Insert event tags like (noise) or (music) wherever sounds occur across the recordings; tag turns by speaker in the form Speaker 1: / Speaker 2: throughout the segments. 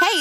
Speaker 1: Hey,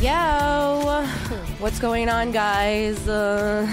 Speaker 2: Yo, what's going on, guys? Uh,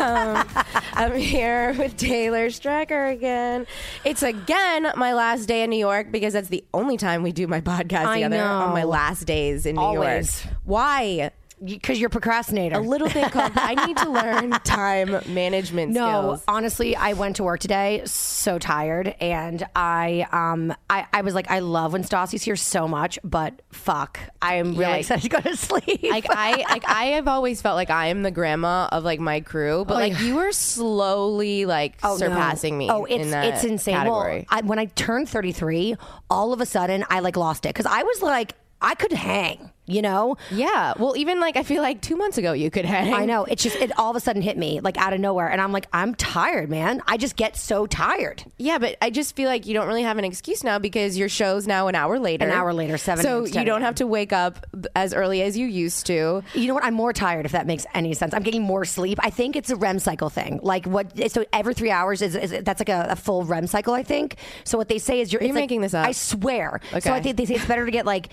Speaker 2: (laughs) um, I'm here with Taylor Strecker again. It's again my last day in New York because that's the only time we do my podcast
Speaker 3: I
Speaker 2: together
Speaker 3: know.
Speaker 2: on my last days in New
Speaker 3: Always.
Speaker 2: York. Why?
Speaker 3: because you're a procrastinator.
Speaker 2: A little thing called I need to (laughs)
Speaker 3: (laughs)
Speaker 2: learn time management
Speaker 3: no,
Speaker 2: skills.
Speaker 3: honestly, I went to work today so tired, and I um I, I was like, I love when Stassi's here so much, but fuck, I am really
Speaker 2: Yeah.
Speaker 3: excited to go to (laughs) sleep.
Speaker 2: like I
Speaker 3: (laughs)
Speaker 2: like I have always felt like I am the grandma of like my crew, but like you are slowly like
Speaker 3: Oh, no.
Speaker 2: surpassing me.
Speaker 3: Oh, it's
Speaker 2: in that
Speaker 3: it's insane.
Speaker 2: Category.
Speaker 3: Well, I, when I turned 33, all of a sudden I like lost it because I was like, I could hang, you know.
Speaker 2: Yeah. Well, even like I feel like two months ago you could hang.
Speaker 3: I know. It's just it all of a sudden hit me like out of nowhere, and I'm like, I'm tired, man. I just get so tired.
Speaker 2: Yeah, but I just feel like you don't really have an excuse now because your show's now an hour later.
Speaker 3: An hour later, 7
Speaker 2: So
Speaker 3: a.m. to 10
Speaker 2: you don't
Speaker 3: a.m.
Speaker 2: have to wake up th- as early as you used to.
Speaker 3: You know what? I'm more tired, if that makes any sense. I'm getting more sleep. I think it's a REM cycle thing. Like what? So every three hours is, is that's like a, a full REM cycle. I think. So what they say is you're, it's like-
Speaker 2: making this up.
Speaker 3: I swear.
Speaker 2: Okay.
Speaker 3: So I think they say it's better to get like.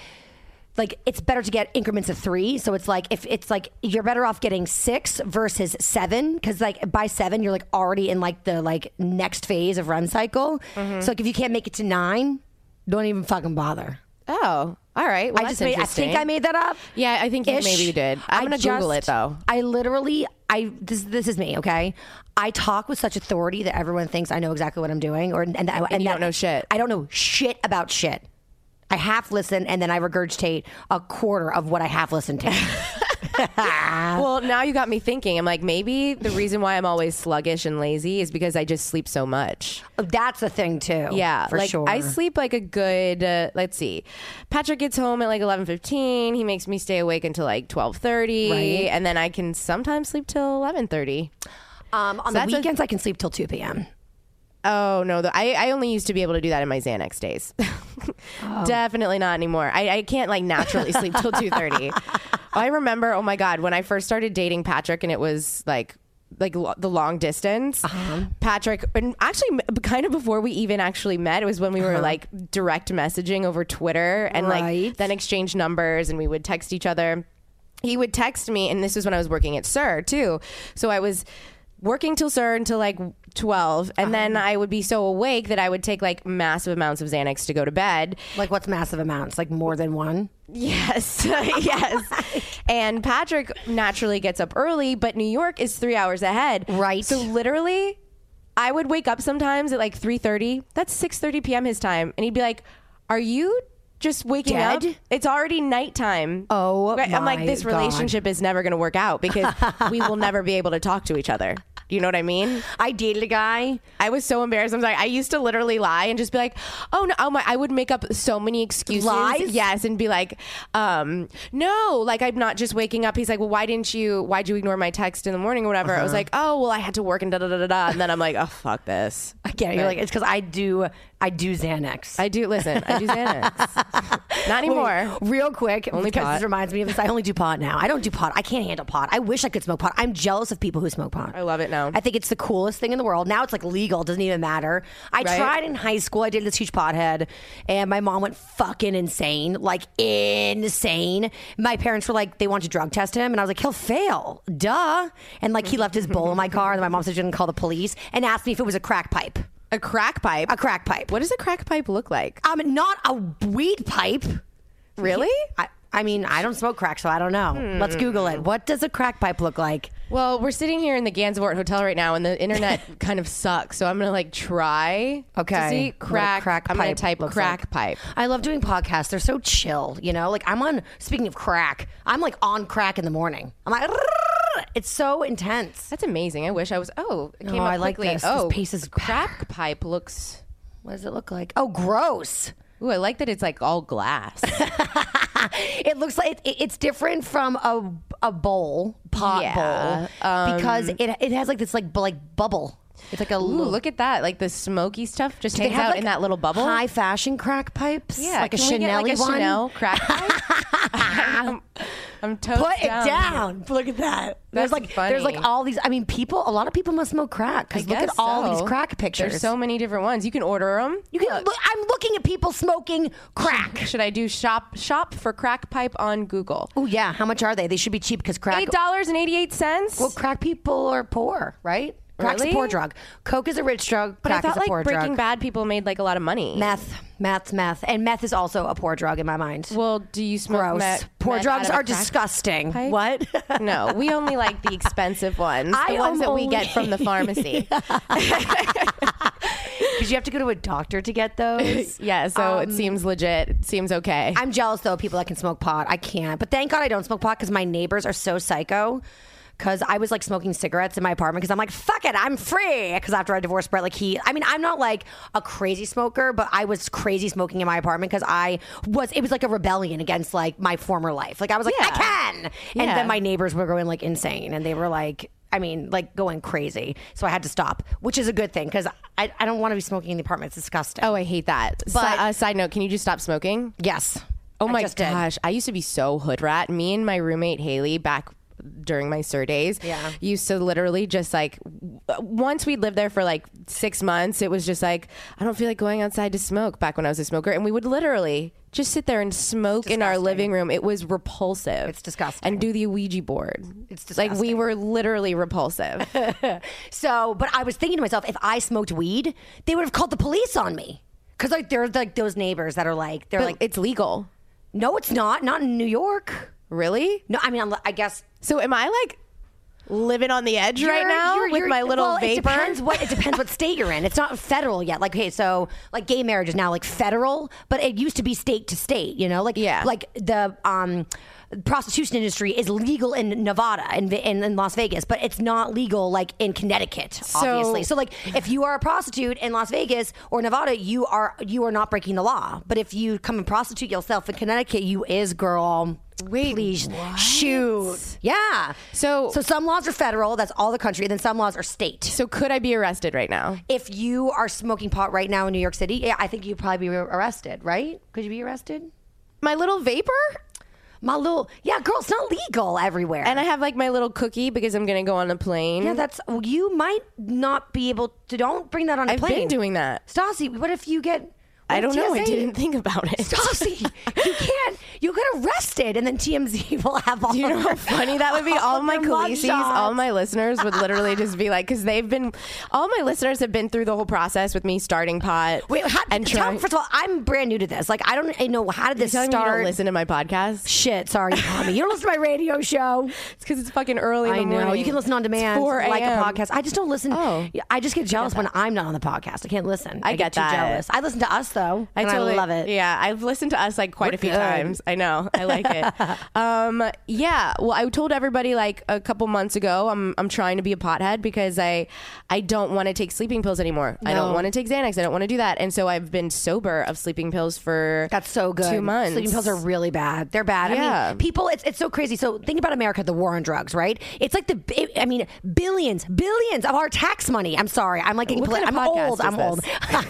Speaker 3: Like it's better to get increments of three, so it's like if it's like you're better off getting six versus seven, because like by seven you're like already in like the like next phase of REM cycle.
Speaker 2: Mm-hmm.
Speaker 3: So like if you can't make it to nine, don't even fucking bother.
Speaker 2: Oh, all right. Well,
Speaker 3: I
Speaker 2: that's
Speaker 3: just made, I think
Speaker 2: interesting.
Speaker 3: I made that up.
Speaker 2: Yeah, I think you- maybe you did. I'm
Speaker 3: I
Speaker 2: gonna Google it, though.
Speaker 3: I literally, I this this is me. Okay, I talk with such authority that everyone thinks I know exactly what I'm doing, or and, and, that- and
Speaker 2: you
Speaker 3: that-
Speaker 2: don't know shit.
Speaker 3: I don't know shit about shit. I half listen and then I regurgitate a quarter of what I half listened
Speaker 2: (laughs)
Speaker 3: to.
Speaker 2: Well, now you got me thinking. I'm like, maybe the reason why I'm always sluggish and lazy is because I just sleep so much.
Speaker 3: That's a thing too.
Speaker 2: Yeah,
Speaker 3: Oh, for
Speaker 2: like
Speaker 3: sure.
Speaker 2: I sleep like a good. Uh, let's see, Patrick gets home at like eleven fifteen. He makes me stay awake until like twelve thirty,
Speaker 3: Right.
Speaker 2: and then I can sometimes sleep till eleven thirty.
Speaker 3: um, on the
Speaker 2: that's a-
Speaker 3: weekends I can sleep till two p.m.
Speaker 2: Oh no, the, I I only used to be able to do that in my Xanax days. (laughs) Definitely not anymore. I, I can't like naturally sleep till two thirty. I remember, oh my god, when I first started dating Patrick, and it was like like lo- the long distance. Patrick, and actually, m- kind of before we even actually met, it was when we were like direct messaging over Twitter, and like
Speaker 3: Right.
Speaker 2: then exchange numbers, and we would text each other he would text me, and this was when I was working at Sir too. So I was working till Sir until like 12, and then
Speaker 3: Uh-huh.
Speaker 2: I would be so awake that I would take like massive amounts of Xanax to go to bed.
Speaker 3: Like what's massive amounts? Like more than one.
Speaker 2: Yes, (laughs)
Speaker 3: (laughs)
Speaker 2: yes. and Patrick naturally gets up early, but New York is three hours ahead.
Speaker 3: Right.
Speaker 2: So literally, I would wake up sometimes at like 3.30. That's 6.30 p.m. his time. And he'd be like, are you... Just waking up.
Speaker 3: Dead?
Speaker 2: It's already nighttime.
Speaker 3: Oh
Speaker 2: Right, I'm like,
Speaker 3: my
Speaker 2: this
Speaker 3: God.
Speaker 2: relationship is never going to work out because we will never be able to talk to each other. You know what I mean?
Speaker 3: I dated a guy.
Speaker 2: I was so embarrassed. I'm like, I used to literally lie and just be like, oh no, oh my, I would make up so many excuses.
Speaker 3: Lies?
Speaker 2: Yes. And be like, um, no, like I'm not just waking up. He's like, well, why didn't you, why'd you ignore my text in the morning or whatever?
Speaker 3: Uh-huh.
Speaker 2: I was like, oh, well, I had to work and da da da da da. And then I'm like, oh, fuck this.
Speaker 3: I can't. You're like it's because I do I do Xanax.
Speaker 2: I do listen. I do
Speaker 3: (laughs)
Speaker 2: Xanax. Not
Speaker 3: Wait,
Speaker 2: anymore.
Speaker 3: real quick,
Speaker 2: Only
Speaker 3: because
Speaker 2: pot.
Speaker 3: this reminds me of this. I only do pot now. I don't do pot. I can't handle pot. I wish I could smoke pot. I'm jealous of people who smoke pot.
Speaker 2: I love it now.
Speaker 3: I think it's the coolest thing in the world. Now it's like legal. Doesn't even matter. I
Speaker 2: Right?
Speaker 3: tried in high school. I did this huge pothead, and my mom went fucking insane, like insane. My parents were like, they wanted to drug test him, and I was like, he'll fail, duh. And like he left his bowl in my car, and my mom said she didn't call the police, and asked me if it was a crack pipe.
Speaker 2: A crack pipe.
Speaker 3: A crack pipe.
Speaker 2: What does a crack pipe look like?
Speaker 3: Um, not a weed pipe.
Speaker 2: Really?
Speaker 3: I, I mean, I don't smoke crack, so I don't know. Let's Google it. What does a crack pipe look like?
Speaker 2: Well, we're sitting here in the Gansevoort Hotel right now, and the
Speaker 3: (laughs)
Speaker 2: internet kind of sucks. So I'm gonna like try.
Speaker 3: Okay.
Speaker 2: To see
Speaker 3: What a
Speaker 2: crack.
Speaker 3: crack
Speaker 2: I'm gonna
Speaker 3: pipe
Speaker 2: type
Speaker 3: looks
Speaker 2: crack
Speaker 3: like.
Speaker 2: pipe.
Speaker 3: I love doing podcasts. They're so chill, you know? Like, I'm on, speaking of crack, I'm like on crack in the morning. I'm like, "Rrrr." it's so intense.
Speaker 2: That's amazing. I wish I was. Oh, it came
Speaker 3: Oh,
Speaker 2: up
Speaker 3: I like
Speaker 2: quickly.
Speaker 3: this. This
Speaker 2: Oh,
Speaker 3: piece is
Speaker 2: crack pipe looks.
Speaker 3: What does it look like? Oh, gross.
Speaker 2: Ooh, I like that it's like all glass.
Speaker 3: It looks like it, it's different from a, a bowl, pot
Speaker 2: Yeah,
Speaker 3: bowl, because it, it has like this like, bu- like bubble. (laughs) It's like a
Speaker 2: Ooh,
Speaker 3: little.
Speaker 2: look at that! Like the smoky stuff just
Speaker 3: They
Speaker 2: hangs
Speaker 3: have,
Speaker 2: out
Speaker 3: like,
Speaker 2: in that little bubble.
Speaker 3: High fashion crack pipes.
Speaker 2: yeah,
Speaker 3: Like a
Speaker 2: can we get,
Speaker 3: Chanel
Speaker 2: like a
Speaker 3: one.
Speaker 2: Chanel
Speaker 3: (laughs)
Speaker 2: crack pipe. (laughs) I'm, I'm toast
Speaker 3: Put it down. Look at that.
Speaker 2: That's
Speaker 3: there's like
Speaker 2: funny.
Speaker 3: there's like all these. I mean, people. A lot of people must smoke
Speaker 2: I
Speaker 3: crack because look at
Speaker 2: guess
Speaker 3: all
Speaker 2: so.
Speaker 3: these crack pictures.
Speaker 2: There's so many different ones. You can order them.
Speaker 3: you can. Look, I'm looking at people smoking
Speaker 2: (laughs)
Speaker 3: crack.
Speaker 2: Should I do shop shop for crack pipe on Google?
Speaker 3: oh yeah, how much are they? They should be cheap because crack.
Speaker 2: Eight dollars and eighty eight cents.
Speaker 3: Well, crack people are poor, right? Crack's
Speaker 2: Really?
Speaker 3: a poor drug. Coke is a rich drug.
Speaker 2: but I
Speaker 3: crack
Speaker 2: thought
Speaker 3: is a
Speaker 2: like
Speaker 3: poor
Speaker 2: Breaking
Speaker 3: drug.
Speaker 2: Bad people made like a lot of money.
Speaker 3: Meth, meth, meth, and meth is also a poor drug in my mind.
Speaker 2: Well, do you smoke
Speaker 3: Gross.
Speaker 2: meth-
Speaker 3: poor
Speaker 2: meth out of
Speaker 3: drugs
Speaker 2: a
Speaker 3: are
Speaker 2: crack
Speaker 3: disgusting.
Speaker 2: pipe?
Speaker 3: (laughs) What?
Speaker 2: No, we only like the expensive ones,
Speaker 3: (laughs) I
Speaker 2: the ones
Speaker 3: am
Speaker 2: that we
Speaker 3: only-
Speaker 2: get from the
Speaker 3: (laughs)
Speaker 2: pharmacy.
Speaker 3: Because you have to go to a doctor
Speaker 2: (laughs)
Speaker 3: to get those. Um,
Speaker 2: yeah, so it seems legit. It seems okay.
Speaker 3: I'm jealous though of people that can smoke pot. I can't. But thank God I don't smoke pot because my neighbors are so psycho. Because I was like smoking cigarettes in my apartment because I'm like, fuck it, I'm free. Because after I divorced Brett, like he, I mean, I'm not like a crazy smoker, but I was crazy smoking in my apartment because I was, it was like a rebellion against like my former life. Like I was like, I
Speaker 2: Yeah.
Speaker 3: can. And
Speaker 2: Yeah.
Speaker 3: then my neighbors were going like insane and they were like, I mean, like going crazy. So I had to stop, which is a good thing because I, I don't want to be smoking in the apartment. It's disgusting.
Speaker 2: oh, I hate that. But
Speaker 3: But-
Speaker 2: uh, side note, can you just stop smoking?
Speaker 3: yes.
Speaker 2: Oh
Speaker 3: I
Speaker 2: my
Speaker 3: just did.
Speaker 2: gosh, I used to be so hood rat. Me and my roommate Haley back during my sur days
Speaker 3: Yeah.
Speaker 2: used to literally just like w- once we lived there for like six months it was just like i don't feel like going outside to smoke back when i was a smoker and we would literally just sit there and smoke in our living room it was repulsive
Speaker 3: It's disgusting.
Speaker 2: and do the ouija board it's like we
Speaker 3: disgusting.
Speaker 2: were literally repulsive
Speaker 3: (laughs) So, but I was thinking to myself, if I smoked weed, they would have called the police on me. Cause like they're like those neighbors that are like they're
Speaker 2: but
Speaker 3: like
Speaker 2: it's legal
Speaker 3: no, it's not, not in New York.
Speaker 2: really
Speaker 3: No, I mean I'm- I guess
Speaker 2: so am i like living on the edge right
Speaker 3: You're-
Speaker 2: now
Speaker 3: you're-
Speaker 2: with
Speaker 3: you're-
Speaker 2: my little
Speaker 3: well,
Speaker 2: vapor
Speaker 3: It depends what it depends what state you're in. It's not federal yet. Like okay, so like gay marriage is now like federal, but it used to be state to state. You know, like
Speaker 2: Yeah.
Speaker 3: like the um prostitution industry is legal in Nevada and in, in, Las Vegas, but it's not legal like in Connecticut, obviously. So like if you are a prostitute in Las Vegas or Nevada, you are you are not breaking the law. But if you come and prostitute yourself in Connecticut, you is girl.
Speaker 2: Wait,
Speaker 3: please shoot. Yeah.
Speaker 2: So-
Speaker 3: so some laws are federal, that's all the country, and then some laws are state.
Speaker 2: So could I be arrested right now?
Speaker 3: If you are smoking pot right now in New York City, yeah, I think you'd probably be arrested, right? Could you be arrested?
Speaker 2: My little vapor?
Speaker 3: My little, yeah, girl, it's not legal everywhere.
Speaker 2: And I have like my little cookie because I'm going to go on a plane.
Speaker 3: yeah, that's well, you might not be able to. Don't bring that on a
Speaker 2: I've
Speaker 3: plane.
Speaker 2: been doing that.
Speaker 3: Stassi. What if you get?
Speaker 2: I
Speaker 3: what
Speaker 2: don't
Speaker 3: if
Speaker 2: know. I
Speaker 3: TSA
Speaker 2: didn't think about
Speaker 3: (laughs)
Speaker 2: it.
Speaker 3: Stassi, you can't. You get arrested, and then TMZ (laughs) will have
Speaker 2: (laughs)
Speaker 3: all.
Speaker 2: Do you know
Speaker 3: of
Speaker 2: how
Speaker 3: your-
Speaker 2: funny that would
Speaker 3: (laughs)
Speaker 2: be? All
Speaker 3: of
Speaker 2: my
Speaker 3: your
Speaker 2: Khaleesi's,
Speaker 3: mugshots.
Speaker 2: all my listeners would literally just be like, because they've been, all my listeners have been through the whole process with me starting pot.
Speaker 3: Wait, how,
Speaker 2: and
Speaker 3: tell,
Speaker 2: trying.
Speaker 3: first of all, I'm brand new to this. Like, I don't I know how did
Speaker 2: You're
Speaker 3: this
Speaker 2: telling me you
Speaker 3: start.
Speaker 2: don't listen to my podcast?
Speaker 3: Shit, sorry, Tommy. You don't listen to my
Speaker 2: (laughs)
Speaker 3: radio show.
Speaker 2: It's because it's fucking early in
Speaker 3: I
Speaker 2: the
Speaker 3: know.
Speaker 2: morning.
Speaker 3: You can listen on
Speaker 2: It's
Speaker 3: demand,
Speaker 2: 4
Speaker 3: like a
Speaker 2: a.m..
Speaker 3: podcast. I just don't listen.
Speaker 2: Oh.
Speaker 3: I just get jealous when I'm not on the podcast. I can't listen.
Speaker 2: I
Speaker 3: I,
Speaker 2: get
Speaker 3: too
Speaker 2: that.
Speaker 3: jealous. I listen to us though, and
Speaker 2: totally-
Speaker 3: I love it.
Speaker 2: Yeah, I've listened to us like quite a few
Speaker 3: good.
Speaker 2: times. I know, I like
Speaker 3: (laughs)
Speaker 2: it. um, yeah, well, I told everybody like a couple months ago, I'm I'm trying to be a pothead because I I don't want to take sleeping pills anymore. I don't
Speaker 3: No.
Speaker 2: want to take Xanax. I don't want to do that. And so I've been sober of sleeping pills for
Speaker 3: That's so good.
Speaker 2: Two months.
Speaker 3: Sleeping pills are really bad. They're bad. I
Speaker 2: Yeah.
Speaker 3: mean, people, it's, it's so crazy. So think about America, the war on drugs, right? It's like the, bi- I mean, billions, billions of our tax money. I'm sorry. I'm like getting,
Speaker 2: What
Speaker 3: poli-
Speaker 2: kind of
Speaker 3: I'm
Speaker 2: podcast
Speaker 3: old.
Speaker 2: is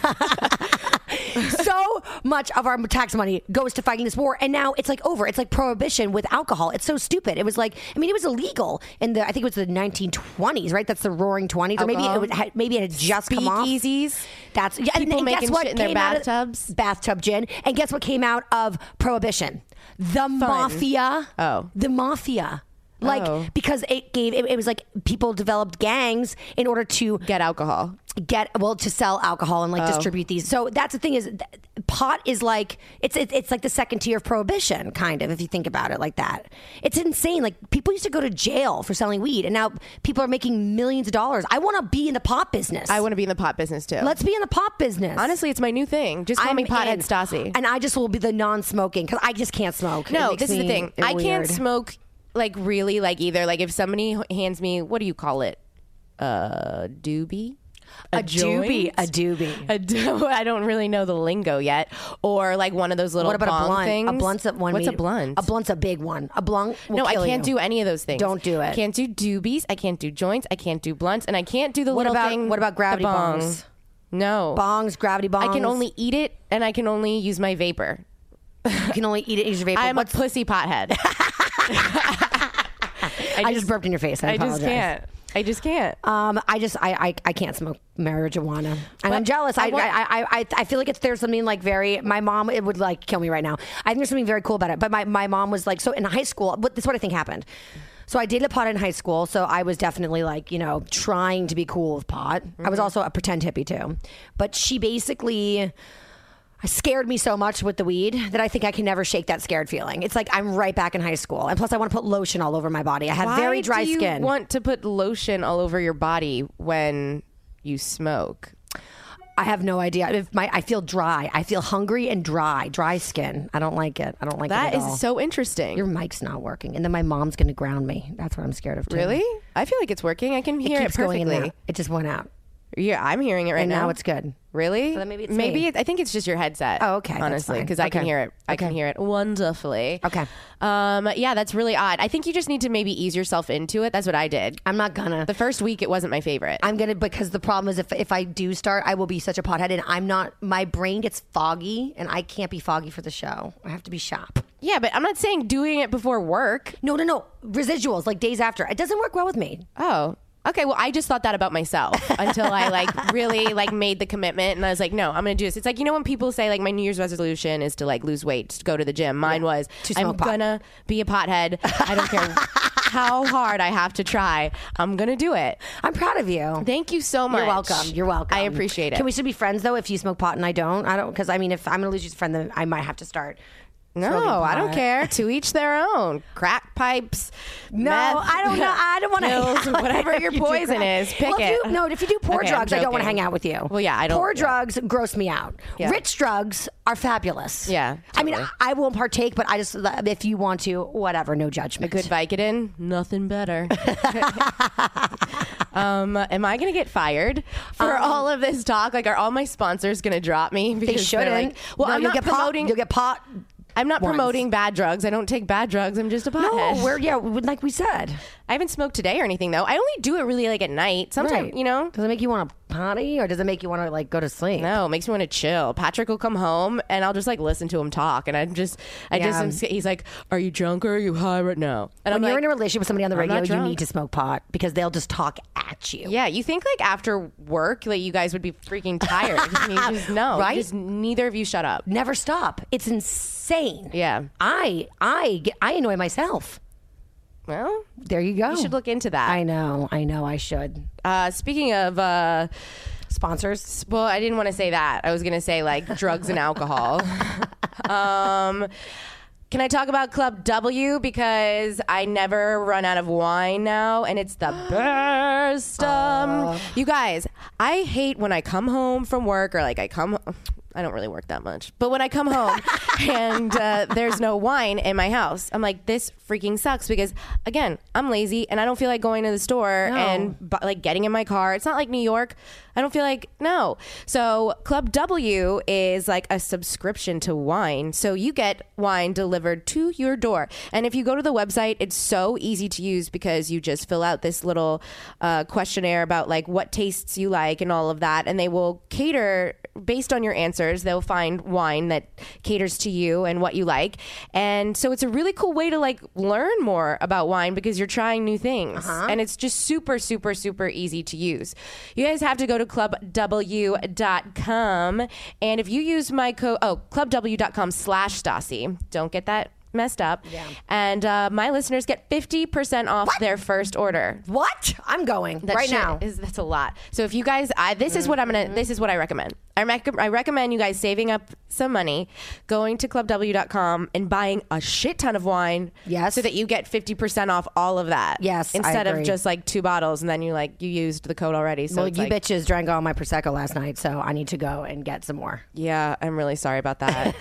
Speaker 3: I'm
Speaker 2: this?
Speaker 3: old. (laughs) so much of our tax money goes to fighting this war, and now it's like over. It's like prohibition with alcohol. It's so stupid. It was like, I mean, it was illegal in the I think it was the 1920s, right? That's the Roaring Twenties, or maybe it
Speaker 2: Alcohol.
Speaker 3: was, had- maybe it had just come off.
Speaker 2: Speakeasies.
Speaker 3: That's yeah,
Speaker 2: People
Speaker 3: and, and guess
Speaker 2: making
Speaker 3: what
Speaker 2: shit in their
Speaker 3: came out of-
Speaker 2: bathtubs.
Speaker 3: bathtub gin, and guess what came out of prohibition? The mafia.
Speaker 2: Oh.
Speaker 3: the mafia. Like
Speaker 2: Oh.
Speaker 3: because it gave it, it was like people developed gangs in order to
Speaker 2: Get alcohol.
Speaker 3: get well to sell alcohol and like
Speaker 2: Oh.
Speaker 3: distribute these. So that's the thing is th- pot is like it's it, it's like the second tier of prohibition kind of if you think about it like that. It's insane. Like people used to go to jail for selling weed and now people are making millions of dollars. I want to be in the pot business.
Speaker 2: I want to be in the pot business too.
Speaker 3: Let's be in the pot business.
Speaker 2: Honestly, it's my new thing. Just call me
Speaker 3: I'm
Speaker 2: pothead
Speaker 3: in.
Speaker 2: Stassi.
Speaker 3: And I just will be the non-smoking cuz I just can't smoke. It
Speaker 2: No,
Speaker 3: makes
Speaker 2: this is the
Speaker 3: me
Speaker 2: thing. I can't
Speaker 3: weird.
Speaker 2: smoke like really like either. Like if somebody h- hands me what do you call it? Uh doobie?
Speaker 3: A doobie, a doobie.
Speaker 2: A do- (laughs) I don't really know the lingo yet. Or like one of those little
Speaker 3: What about
Speaker 2: bong
Speaker 3: a blunt?
Speaker 2: things.
Speaker 3: A blunt's a one.
Speaker 2: What's a
Speaker 3: made-
Speaker 2: blunt?
Speaker 3: A blunt's a big one. A blunt. will
Speaker 2: no, I
Speaker 3: kill
Speaker 2: can't
Speaker 3: you.
Speaker 2: do any of those things.
Speaker 3: Don't do it.
Speaker 2: Can't do doobies. I can't do joints. I can't do blunts, and I can't do the
Speaker 3: What
Speaker 2: little
Speaker 3: about-
Speaker 2: thing.
Speaker 3: what about
Speaker 2: the
Speaker 3: gravity
Speaker 2: bong.
Speaker 3: bongs?
Speaker 2: No
Speaker 3: bongs, gravity bongs.
Speaker 2: I can only eat it, and I can only use my vapor.
Speaker 3: you can only eat it as your vapor.
Speaker 2: I'm
Speaker 3: What's-
Speaker 2: a pussy
Speaker 3: (laughs)
Speaker 2: pothead.
Speaker 3: I just burped in your face. I,
Speaker 2: I just
Speaker 3: apologize.
Speaker 2: can't. I just can't.
Speaker 3: Um, I just I, I I can't smoke marijuana, and I'm jealous. I,
Speaker 2: I want-
Speaker 3: I, I I I feel like it's there's something like very. My mom it would like kill me right now. I think there's something very cool about it. But my my mom was like so in high school. What that's what I think happened. So I dated a pot in high school. So I was definitely like you know trying to be cool with pot. I
Speaker 2: Mm-hmm.
Speaker 3: was also a pretend hippie too, but she basically. scared me so much with the weed that I think I can never shake that scared feeling. It's like I'm right back in high school. And plus I want to put lotion all over my body. I have very dry
Speaker 2: do you
Speaker 3: skin.
Speaker 2: Want to put lotion all over your body when you smoke?
Speaker 3: I have no idea. If my I feel dry. I feel hungry and dry. Dry skin. I don't like it. I don't like
Speaker 2: That
Speaker 3: it at
Speaker 2: is
Speaker 3: all.
Speaker 2: so interesting.
Speaker 3: Your mic's not working. And then my mom's going to ground me. That's what I'm scared of too.
Speaker 2: really? I feel like it's working. I can
Speaker 3: It
Speaker 2: hear it,
Speaker 3: keeps
Speaker 2: perfectly.
Speaker 3: going in and out. It just went out.
Speaker 2: Yeah, I'm hearing it right
Speaker 3: And
Speaker 2: now.
Speaker 3: now it's good.
Speaker 2: Really?
Speaker 3: So then maybe it's
Speaker 2: maybe
Speaker 3: me.
Speaker 2: It, I think it's just your headset.
Speaker 3: Oh, okay, that's
Speaker 2: Honestly,
Speaker 3: fine.
Speaker 2: because I can
Speaker 3: Okay.
Speaker 2: hear it. I can
Speaker 3: Okay.
Speaker 2: hear it wonderfully.
Speaker 3: Okay.
Speaker 2: Um. Yeah, that's really odd. I think you just need to maybe ease yourself into it. That's what I did.
Speaker 3: I'm not gonna.
Speaker 2: The first week, it wasn't my favorite.
Speaker 3: I'm gonna because the problem is if if I do start, I will be such a pothead, and I'm not. My brain gets foggy, and I can't be foggy for the show. I have to be sharp.
Speaker 2: yeah, but I'm not saying doing it before work.
Speaker 3: No, no, no. Residuals like days after. It doesn't work well with me.
Speaker 2: Oh. Okay, well, I just thought that about myself until I
Speaker 3: (laughs)
Speaker 2: like really like made the commitment, and I was like, "No, I'm gonna do this." It's like you know when people say like my New Year's resolution is to like lose weight, just go to the gym. Mine was
Speaker 3: To
Speaker 2: I'm
Speaker 3: smoke pot.
Speaker 2: gonna be a pothead. I don't
Speaker 3: (laughs)
Speaker 2: care how hard I have to try. I'm gonna do it.
Speaker 3: I'm proud of you.
Speaker 2: Thank you so much.
Speaker 3: You're welcome. You're welcome.
Speaker 2: I appreciate it.
Speaker 3: Can we still be friends though? If you smoke pot and I don't, I don't because I mean, if I'm gonna lose you as a friend, then I might have to start. smoking
Speaker 2: No, I don't
Speaker 3: pot.
Speaker 2: care. To each their own. Crack pipes.
Speaker 3: No, I don't know. I don't want
Speaker 2: (laughs) pills,
Speaker 3: to.
Speaker 2: (laughs) whatever
Speaker 3: (laughs)
Speaker 2: your poison is, pick
Speaker 3: well, if
Speaker 2: it.
Speaker 3: You, no, if you do poor
Speaker 2: Okay, I'm
Speaker 3: drugs, I don't want to
Speaker 2: joking.
Speaker 3: hang out with you.
Speaker 2: Well, yeah, I don't-
Speaker 3: Poor
Speaker 2: yeah.
Speaker 3: drugs gross me out.
Speaker 2: Yeah.
Speaker 3: Rich drugs are fabulous.
Speaker 2: Yeah,
Speaker 3: I mean,
Speaker 2: totally.
Speaker 3: I, I won't partake, but I just uh, if you want to, whatever, no judgment. (laughs)
Speaker 2: Good Vicodin, nothing better. um, am I going to get fired for all of this talk? Like, are all my sponsors going to drop me?
Speaker 3: Um, They
Speaker 2: Because they're
Speaker 3: shouldn't.
Speaker 2: Like, well,
Speaker 3: No,
Speaker 2: I'm
Speaker 3: you'll
Speaker 2: not
Speaker 3: get
Speaker 2: promoting.
Speaker 3: Pot, you'll get pot.
Speaker 2: I'm not
Speaker 3: ones.
Speaker 2: promoting bad drugs. I don't take bad drugs. I'm just a pothead.
Speaker 3: No, we're yeah, we- like we said.
Speaker 2: I haven't smoked today or anything though. I only do it really like at night. Sometimes,
Speaker 3: Right.
Speaker 2: you know.
Speaker 3: Does it make you want to potty or does it make you want to like go to sleep?
Speaker 2: No, it makes me want to chill. Patrick will come home and I'll just like listen to him talk, and I'm just, I just,
Speaker 3: Yeah.
Speaker 2: am, sca- he's like, "Are you drunk or are you high right now?" And I'm like,
Speaker 3: when you're in a relationship with somebody on the
Speaker 2: I'm not
Speaker 3: radio, you
Speaker 2: drunk.
Speaker 3: need to smoke pot because they'll just talk at you.
Speaker 2: Yeah, you think like after work, like you guys would be freaking tired. you
Speaker 3: (laughs)
Speaker 2: just no,
Speaker 3: Right?
Speaker 2: right? Just neither of you shut up.
Speaker 3: Never stop. It's insane.
Speaker 2: Yeah.
Speaker 3: I I get, I annoy myself.
Speaker 2: Well,
Speaker 3: There you go.
Speaker 2: you should look into that.
Speaker 3: Oh. I know. I know. I should.
Speaker 2: Uh, speaking of, uh,
Speaker 3: Sponsors.
Speaker 2: well, I didn't want to say that. I was gonna say like drugs and
Speaker 3: (laughs)
Speaker 2: alcohol. um, can I talk about Club W because I never run out of wine now, and it's
Speaker 3: (gasps)
Speaker 2: the best.
Speaker 3: Uh.
Speaker 2: Um, you guys, I hate when I come home from work or like I come. I don't really work that much, but when I come home and uh, there's no wine in my house, I'm like, this freaking sucks because again, I'm lazy and I don't feel like going to the store and bu- like getting in my car. It's not like New York. I don't feel like no. So Club W is like a subscription to wine, so you get wine delivered to your door. And if you go to the website, it's so easy to use because you just fill out this little uh, questionnaire about like what tastes you like and all of that, and they will cater based on your answer cultures, they'll find wine that caters to you and what you like. And so it's a really cool way to like learn more about wine because you're trying new things. And it's just super, super, super easy to use. You guys have to go to clubw.com. And if you use my code, oh, clubw.com slash Stassi, don't get that messed up. Yeah. And uh, my listeners get 50% off their first order.
Speaker 3: What? I'm going
Speaker 2: That
Speaker 3: right
Speaker 2: shit
Speaker 3: now. Mm-hmm.
Speaker 2: is that's a lot. So if you guys, I, this is what I'm gonna. This is what I recommend. I, rec- I recommend you guys saving up some money, going to clubw.com and buying a shit ton of wine.
Speaker 3: Yes.
Speaker 2: So that you get fifty percent off all of that.
Speaker 3: Yes, I
Speaker 2: Instead
Speaker 3: agree.
Speaker 2: of just like two bottles and then you like you used the code already. So
Speaker 3: well,
Speaker 2: it's
Speaker 3: you
Speaker 2: like,
Speaker 3: bitches drank all my prosecco last night, so I need to go and get some more.
Speaker 2: Yeah, I'm really sorry about
Speaker 3: (laughs)
Speaker 2: that.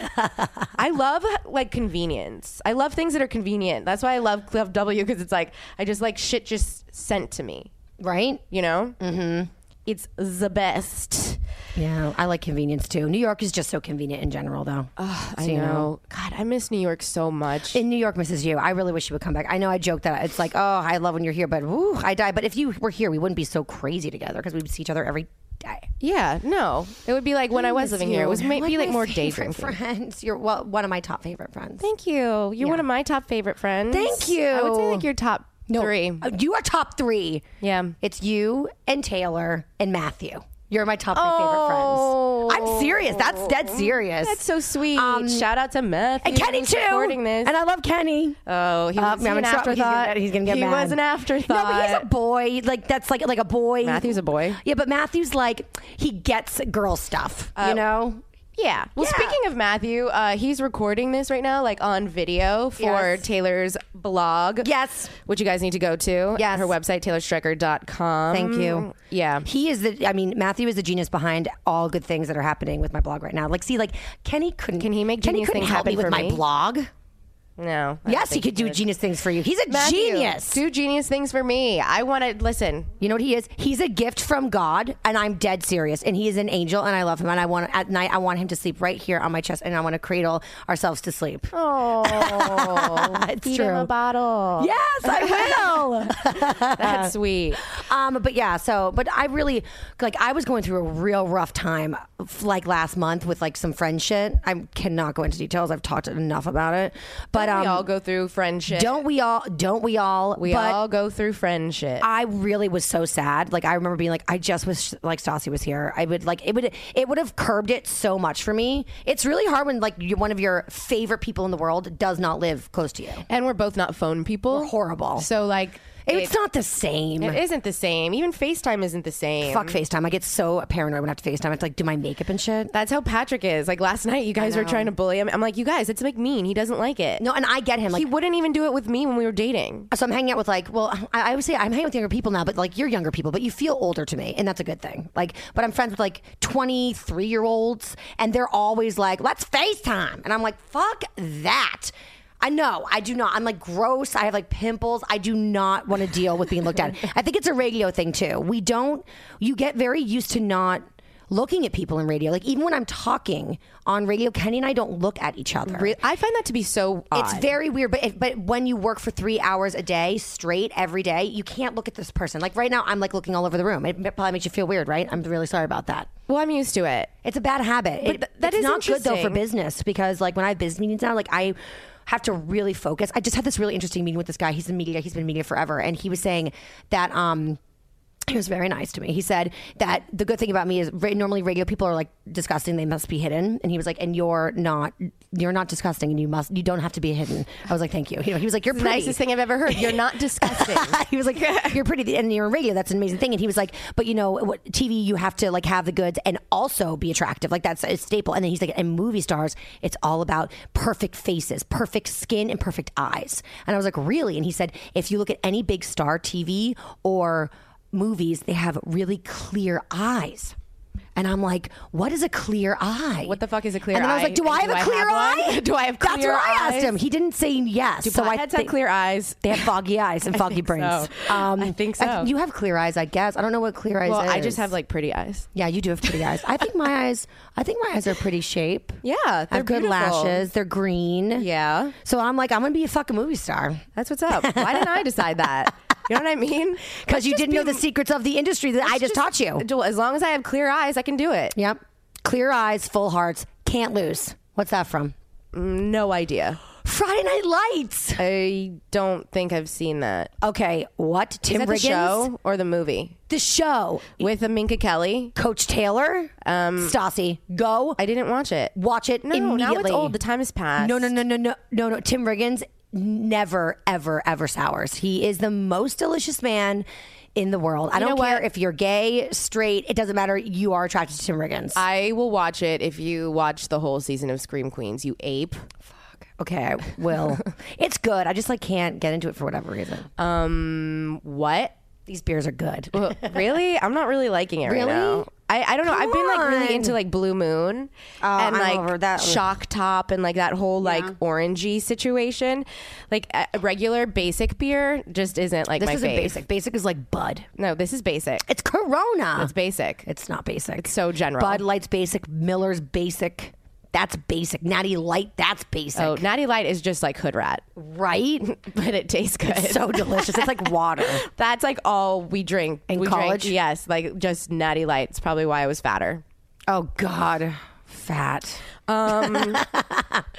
Speaker 2: I love like convenience. I love things that are convenient. That's why I love Club W because it's like I just like shit just sent to me.
Speaker 3: Right?
Speaker 2: You know. Mm-hmm. It's the best.
Speaker 3: Yeah, I like convenience too. New York is just so convenient in general, though.
Speaker 2: I know. God, I miss New York so much.
Speaker 3: In New York misses you. I really wish you would come back. I know I joke that it's like, oh, I love when you're here, but woo, I die. But if you were here, we wouldn't be so crazy together because we'd see each other every day.
Speaker 2: yeah, no. It would be like when I, was living here. It was maybe like,
Speaker 3: my
Speaker 2: more day
Speaker 3: favorite
Speaker 2: drinking.
Speaker 3: friends. You're well, one of my top favorite friends.
Speaker 2: Thank you. You're one of my top favorite friends.
Speaker 3: Thank you.
Speaker 2: I would say like your top three.
Speaker 3: Uh, You are top three.
Speaker 2: Yeah.
Speaker 3: It's you and Taylor and Matthew. You're my top three favorite friends. I'm serious. That's dead serious.
Speaker 2: Oh, That's so sweet.
Speaker 3: Um,
Speaker 2: Shout out to Meth.
Speaker 3: and Kenny
Speaker 2: who's
Speaker 3: too.
Speaker 2: Recording this.
Speaker 3: And I love Kenny.
Speaker 2: Oh, he
Speaker 3: Uh,
Speaker 2: was he
Speaker 3: I'm
Speaker 2: an
Speaker 3: sure- he's gonna
Speaker 2: afterthought.
Speaker 3: get- He's gonna, get
Speaker 2: he
Speaker 3: mad.
Speaker 2: was an afterthought.
Speaker 3: No, but he's a boy. Like that's like like a boy.
Speaker 2: Matthew's a boy.
Speaker 3: Yeah, but Matthew's like he gets girl stuff. you know.
Speaker 2: Uh, Yeah. Well,
Speaker 3: Yeah.
Speaker 2: speaking of Matthew, uh, he's recording this right now, like on video for
Speaker 3: Yes.
Speaker 2: Taylor's blog.
Speaker 3: Yes.
Speaker 2: Which you guys need to go to.
Speaker 3: Yes.
Speaker 2: Her website, taylorstrecker.com.
Speaker 3: Thank you.
Speaker 2: Mm, Yeah.
Speaker 3: He is the. I mean, Matthew is the genius behind all good things that are happening with my blog right now. Like, see, like Kenny couldn't.
Speaker 2: Can he make
Speaker 3: Kenny
Speaker 2: genius
Speaker 3: couldn't
Speaker 2: things
Speaker 3: help
Speaker 2: happen
Speaker 3: me with
Speaker 2: for
Speaker 3: my
Speaker 2: me?
Speaker 3: blog?
Speaker 2: No. I
Speaker 3: Yes,
Speaker 2: don't
Speaker 3: he
Speaker 2: think
Speaker 3: could do genius things for you. He's a
Speaker 2: Matthew,
Speaker 3: genius.
Speaker 2: Do genius things for me. I want to listen.
Speaker 3: You know what he is? He's a gift from God, and I'm dead serious. And he is an angel, and I love him. And I want at night, I want him to sleep right here on my chest, and I want to cradle ourselves to sleep.
Speaker 2: Oh,
Speaker 3: (laughs) It's
Speaker 2: feed him
Speaker 3: true.
Speaker 2: a bottle.
Speaker 3: Yes, I
Speaker 2: That's sweet.
Speaker 3: will. um, but yeah, so but I really like I was going through a real rough time f- like last month with like some friend shit. I cannot go into details. I've talked enough about it. But
Speaker 2: we
Speaker 3: um,
Speaker 2: all go through friendship.
Speaker 3: don't we all? Don't we all?
Speaker 2: we
Speaker 3: but
Speaker 2: all go through friendship.
Speaker 3: I really was so sad. Like I remember being like, I just wish like Stassi was here. I would like it would it would have curbed it so much for me. It's really hard when like you one of your favorite people in the world does not live close to you.
Speaker 2: and we're both not phone people.
Speaker 3: We're horrible.
Speaker 2: So like,
Speaker 3: It's not the same.
Speaker 2: It isn't the same. Even FaceTime isn't the same.
Speaker 3: Fuck FaceTime. I get so paranoid when I have to FaceTime. I have to like do my makeup and shit.
Speaker 2: That's how Patrick is. Like last night, you guys were trying to bully him. I'm like, you guys, it's like mean. He doesn't like it.
Speaker 3: No, and I get him. Like,
Speaker 2: he wouldn't even do it with me when we were dating.
Speaker 3: so I'm hanging out with like, well, I, I would say I'm hanging with younger people now, but like you're younger people, but you feel older to me, and that's a good thing. Like, but I'm friends with like 23 year olds, and they're always like, let's FaceTime, and I'm like, fuck that. I know. I do not. I'm like gross. I have like pimples. I do not want to deal with being looked at. I think it's a radio thing too. We don't. You get very used to not looking at people in radio. Like even when I'm talking on radio, Kenny and I don't look at each other.
Speaker 2: I find that to be so
Speaker 3: It's very weird, but if, but when you work for three hours a day straight every day, you can't look at this person. Like right now, I'm like looking all over the room. It probably makes you feel weird, right? I'm really sorry about that.
Speaker 2: well, I'm used to it.
Speaker 3: It's a bad habit. But
Speaker 2: th- that
Speaker 3: it's
Speaker 2: is
Speaker 3: not good though for
Speaker 2: interesting.
Speaker 3: business because like when I have business meetings now, like I have to really focus. I just had this really interesting meeting with this guy. He's in media. He's been in media forever, and he was saying that um. He was very nice to me. He said that the good thing about me is ra- normally radio people are like disgusting; they must be hidden. And he was like, "And you're not, you're not disgusting, and you must, you don't have to be hidden." I was like, "Thank you." You know, he was like, "You're
Speaker 2: It's the
Speaker 3: pretty."
Speaker 2: nicest thing I've ever heard. You're
Speaker 3: (laughs)
Speaker 2: not disgusting.
Speaker 3: he was like, "You're pretty, and you're on radio. That's an amazing thing." And he was like, "But you know, what TV? You have to like have the goods and also be attractive. Like that's a staple." And then he's like, "And movie stars, it's all about perfect faces, perfect skin, and perfect eyes." And I was like, "Really?" And he said, "If you look at any big star TV or movies, they have really clear eyes." And I'm like, what is a clear eye?
Speaker 2: What the fuck is a clear
Speaker 3: And then I was
Speaker 2: eye?
Speaker 3: like, do
Speaker 2: And
Speaker 3: I have
Speaker 2: do
Speaker 3: a
Speaker 2: I
Speaker 3: clear
Speaker 2: have one? (laughs)
Speaker 3: eye?
Speaker 2: Do I have
Speaker 3: That's
Speaker 2: clear
Speaker 3: what I asked
Speaker 2: eyes?
Speaker 3: him. He didn't say yes.
Speaker 2: Do
Speaker 3: so I
Speaker 2: potheads have
Speaker 3: think-
Speaker 2: clear eyes?
Speaker 3: They have foggy
Speaker 2: (laughs)
Speaker 3: eyes and foggy
Speaker 2: think
Speaker 3: brains.
Speaker 2: so. I think so.
Speaker 3: you have clear eyes, I guess. I don't know what clear eyes
Speaker 2: well,
Speaker 3: is.
Speaker 2: I just have like pretty eyes.
Speaker 3: Yeah, you do have pretty eyes. I
Speaker 2: (laughs)
Speaker 3: think my eyes. I think my eyes are pretty shape.
Speaker 2: Yeah,
Speaker 3: I
Speaker 2: they're
Speaker 3: have good
Speaker 2: beautiful.
Speaker 3: lashes. They're green.
Speaker 2: Yeah.
Speaker 3: So I'm like, I'm gonna be a fucking movie star
Speaker 2: That's what's up. Why didn't I decide
Speaker 3: (laughs)
Speaker 2: that? You know what I mean?
Speaker 3: because you
Speaker 2: Let's just
Speaker 3: didn't know
Speaker 2: be-
Speaker 3: the secrets of the industry that I just, taught you.
Speaker 2: Well, As long as I have clear eyes, I can do it.
Speaker 3: Yep. Clear eyes, full hearts, can't lose. What's that from?
Speaker 2: No idea.
Speaker 3: Friday Night Lights. Uh,
Speaker 2: I don't think I've seen that.
Speaker 3: Okay, what? Tim
Speaker 2: Is that
Speaker 3: Riggins?
Speaker 2: the show or the movie
Speaker 3: The show.
Speaker 2: with Aminka Kelly?
Speaker 3: Coach Taylor, um, Stassi, go.
Speaker 2: I didn't watch it.
Speaker 3: Watch it
Speaker 2: No,
Speaker 3: immediately.
Speaker 2: now it's old. The time has passed.
Speaker 3: No, no, no, no, no, no, no. Tim Riggins never, ever, ever sours. He is the most delicious man in the world. I don't
Speaker 2: know
Speaker 3: care
Speaker 2: what?
Speaker 3: if you're gay, straight. It doesn't matter. You are attracted to Tim Riggins.
Speaker 2: I will watch it if you watch the whole season of Scream Queens. You ape.
Speaker 3: okay, I
Speaker 2: (laughs)
Speaker 3: will. it's good. I just like can't get into it for whatever reason.
Speaker 2: What?
Speaker 3: (laughs) These beers are good.
Speaker 2: Uh, really? I'm not really liking it
Speaker 3: Really?
Speaker 2: right now. I, I don't know. I've been like really
Speaker 3: on. Oh,
Speaker 2: into like Blue Moon and
Speaker 3: I'm
Speaker 2: like
Speaker 3: over that.
Speaker 2: Shock Top and like that whole like orangey situation. Like a a regular basic beer just isn't like
Speaker 3: This
Speaker 2: my
Speaker 3: isn't
Speaker 2: fave.
Speaker 3: basic. Basic is like Bud.
Speaker 2: No, this is basic.
Speaker 3: It's Corona.
Speaker 2: It's basic.
Speaker 3: It's not basic. It's
Speaker 2: so general.
Speaker 3: Bud Light's basic. Miller's basic. That's basic. Natty Light. That's basic.
Speaker 2: So Natty Light is just like hood rat,
Speaker 3: right?
Speaker 2: Oh. (laughs) but it tastes good.
Speaker 3: so delicious. It's like water.
Speaker 2: (laughs) That's like all we drink
Speaker 3: In
Speaker 2: we
Speaker 3: college?
Speaker 2: Drink, yes, like just Natty Light. It's probably why I was fatter.
Speaker 3: Oh God, fat.
Speaker 2: Um,
Speaker 3: (laughs)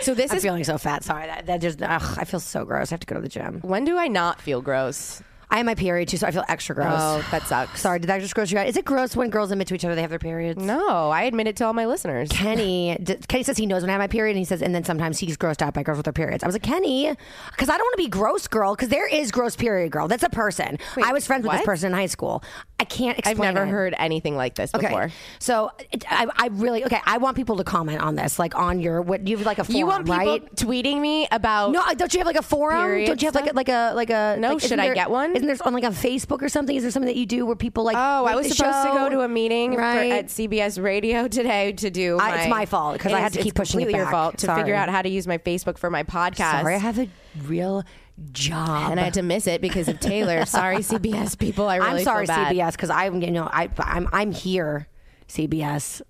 Speaker 2: So this
Speaker 3: I'm
Speaker 2: is
Speaker 3: feeling so fat. Sorry, that, that just. Ugh, I feel so gross. I have to go to the gym.
Speaker 2: when do I not feel gross?
Speaker 3: I have my period too, so I feel extra gross.
Speaker 2: Oh, that sucks.
Speaker 3: Sorry, did that just gross you out? Is it gross when girls admit to each other they have their periods?
Speaker 2: No, I admit it to all my listeners.
Speaker 3: Kenny, d- Kenny says he knows when I have my period, and he says, and then sometimes he's grossed out by girls with their periods. I was like, Kenny, because I don't want to be gross girl, because there is gross period girl. That's a person. I was friends with this
Speaker 2: what?
Speaker 3: person in high school. I can't
Speaker 2: I've
Speaker 3: explain.
Speaker 2: never
Speaker 3: it.
Speaker 2: heard anything like this
Speaker 3: Okay,
Speaker 2: before.
Speaker 3: so it, I, I really okay. I want people to comment on this, like on your what you have like a forum,
Speaker 2: you want people
Speaker 3: right?
Speaker 2: tweeting me about
Speaker 3: No, don't you have like a forum?
Speaker 2: Period
Speaker 3: Don't you have like a,
Speaker 2: stuff?
Speaker 3: like a like a
Speaker 2: No,
Speaker 3: like, isn't
Speaker 2: should I
Speaker 3: there-
Speaker 2: get one?
Speaker 3: Isn't there on like a Facebook or something? Is there something that you do where people like?
Speaker 2: Oh, I
Speaker 3: rate
Speaker 2: was
Speaker 3: the
Speaker 2: supposed to
Speaker 3: show?
Speaker 2: go to a meeting for-
Speaker 3: Right.
Speaker 2: at CBS Radio today to do.
Speaker 3: I- it's my fault, 'cause
Speaker 2: It
Speaker 3: I had
Speaker 2: is-
Speaker 3: to keep
Speaker 2: it's
Speaker 3: pushing it
Speaker 2: completely Your
Speaker 3: back.
Speaker 2: fault to
Speaker 3: Sorry.
Speaker 2: figure out how to use my Facebook for my podcast.
Speaker 3: Sorry, I have a real job.
Speaker 2: and I had to miss it because of Taylor.
Speaker 3: (laughs)
Speaker 2: sorry, CBS people. I really
Speaker 3: I'm sorry,
Speaker 2: feel bad.
Speaker 3: CBS, because I'm you know I I'm I'm here,
Speaker 2: (laughs)
Speaker 3: CBS.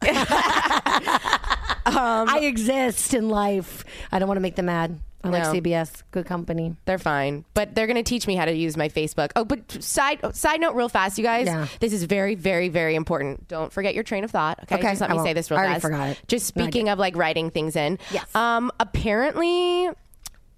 Speaker 2: Um,
Speaker 3: I exist in life. I don't want to make them mad. I like
Speaker 2: No.
Speaker 3: CBS, good company.
Speaker 2: They're fine, but they're going to teach me how to use my Facebook. Oh, but side side note, real fast, you guys.
Speaker 3: Yeah.
Speaker 2: This is very, very, very important. Don't forget your train of thought. Okay,
Speaker 3: Okay,
Speaker 2: just let
Speaker 3: I
Speaker 2: me say
Speaker 3: won't.
Speaker 2: this real
Speaker 3: I already
Speaker 2: fast.
Speaker 3: forgot it.
Speaker 2: Just
Speaker 3: No, I
Speaker 2: speaking of like writing things in.
Speaker 3: Yes.
Speaker 2: Um. Apparently.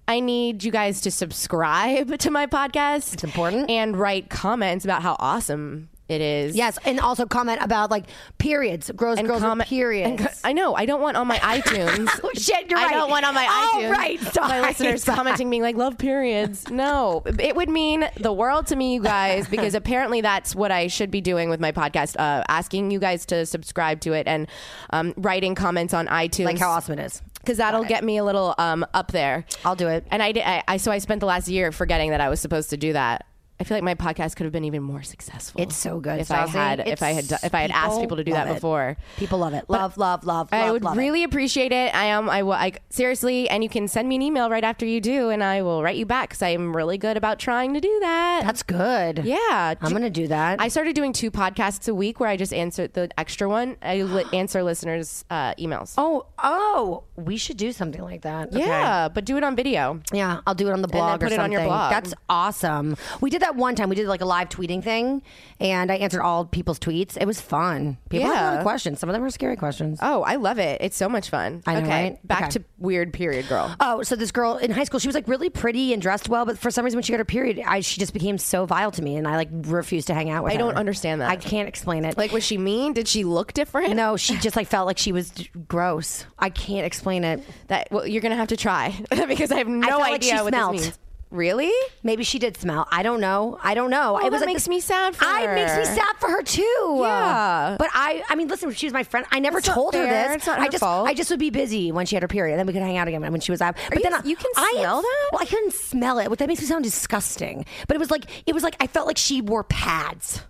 Speaker 2: I need you guys to subscribe (laughs) to my podcast. It's
Speaker 3: important.
Speaker 2: And write comments about how awesome it is.
Speaker 3: Yes, and also comment about like periods, gross girls
Speaker 2: comment-
Speaker 3: with periods.
Speaker 2: and co- I know. I don't want on my iTunes.
Speaker 3: (laughs) Oh, shit, you're
Speaker 2: I
Speaker 3: right.
Speaker 2: don't want on my
Speaker 3: Oh,
Speaker 2: iTunes.
Speaker 3: right. Sorry.
Speaker 2: My
Speaker 3: (laughs)
Speaker 2: listeners
Speaker 3: Sorry.
Speaker 2: commenting being like, "Love periods." No, it would mean the world to me, you guys, because apparently that's what I should be doing with my podcast. Uh, asking you guys to subscribe to it and um, writing comments on iTunes,
Speaker 3: like how awesome it is.
Speaker 2: because that'll get me a little um, up there.
Speaker 3: I'll do it.
Speaker 2: And I, did, I, I, so I spent the last year forgetting that I was supposed to do that. I feel like my podcast could have been even more successful.
Speaker 3: It's so good,
Speaker 2: If I
Speaker 3: Stassi.
Speaker 2: had,
Speaker 3: It's-
Speaker 2: if I had, do- if I had asked
Speaker 3: people
Speaker 2: people to do
Speaker 3: love
Speaker 2: that
Speaker 3: it.
Speaker 2: before,
Speaker 3: People love it. Love, love, love,
Speaker 2: I
Speaker 3: love,
Speaker 2: would
Speaker 3: love it.
Speaker 2: really appreciate it. I am. I will. I, seriously, and you can send me an email right after you do, and I will write you back because I am really good about trying to do that.
Speaker 3: That's good.
Speaker 2: yeah.
Speaker 3: I'm gonna do that.
Speaker 2: I started doing two podcasts a week where I just answer the extra one. I
Speaker 3: (gasps)
Speaker 2: li- answer listeners' uh, emails.
Speaker 3: oh, oh, we should do something like that. Okay.
Speaker 2: yeah, but do it on video.
Speaker 3: Yeah, I'll do it on the blog
Speaker 2: then put
Speaker 3: or
Speaker 2: it on
Speaker 3: something.
Speaker 2: your blog.
Speaker 3: That's awesome. We did that one time. We did like a live tweeting thing, and I answered all people's tweets. It was fun. People had a lot
Speaker 2: Yeah.
Speaker 3: of questions. Some of them were scary questions.
Speaker 2: Oh, I love it. It's so much fun.
Speaker 3: I know,
Speaker 2: okay,
Speaker 3: right?
Speaker 2: back
Speaker 3: Okay.
Speaker 2: to weird period girl.
Speaker 3: Oh, so this girl in high school, she was like really pretty and dressed well, but for some reason when she got her period, I, she just became so vile to me, and I like refused to hang out with
Speaker 2: I
Speaker 3: her.
Speaker 2: don't understand that.
Speaker 3: I can't explain it.
Speaker 2: Like, was she mean? Did she look different?
Speaker 3: no, she just like felt like she was d- gross. I can't explain it.
Speaker 2: That well, you're gonna have to try (laughs) because I have no
Speaker 3: felt like
Speaker 2: idea
Speaker 3: she
Speaker 2: what
Speaker 3: smelled.
Speaker 2: this means. Really?
Speaker 3: Maybe she did smell. I don't know. I don't know. it was
Speaker 2: Oh, that
Speaker 3: like
Speaker 2: makes me sad for
Speaker 3: I it makes me
Speaker 2: her.
Speaker 3: sad for her too.
Speaker 2: Yeah.
Speaker 3: But I, I mean, listen, she was my friend. I never
Speaker 2: That's not
Speaker 3: told her
Speaker 2: fair.
Speaker 3: this.
Speaker 2: It's not
Speaker 3: I
Speaker 2: her
Speaker 3: just,
Speaker 2: fault.
Speaker 3: I just would be busy when she had her period, and then we could hang out again when she was out. But
Speaker 2: you-
Speaker 3: then I-
Speaker 2: you can
Speaker 3: I,
Speaker 2: smell that?
Speaker 3: Well, I couldn't smell it. What that makes me sound disgusting. But it was like, it was like I felt like she wore pads.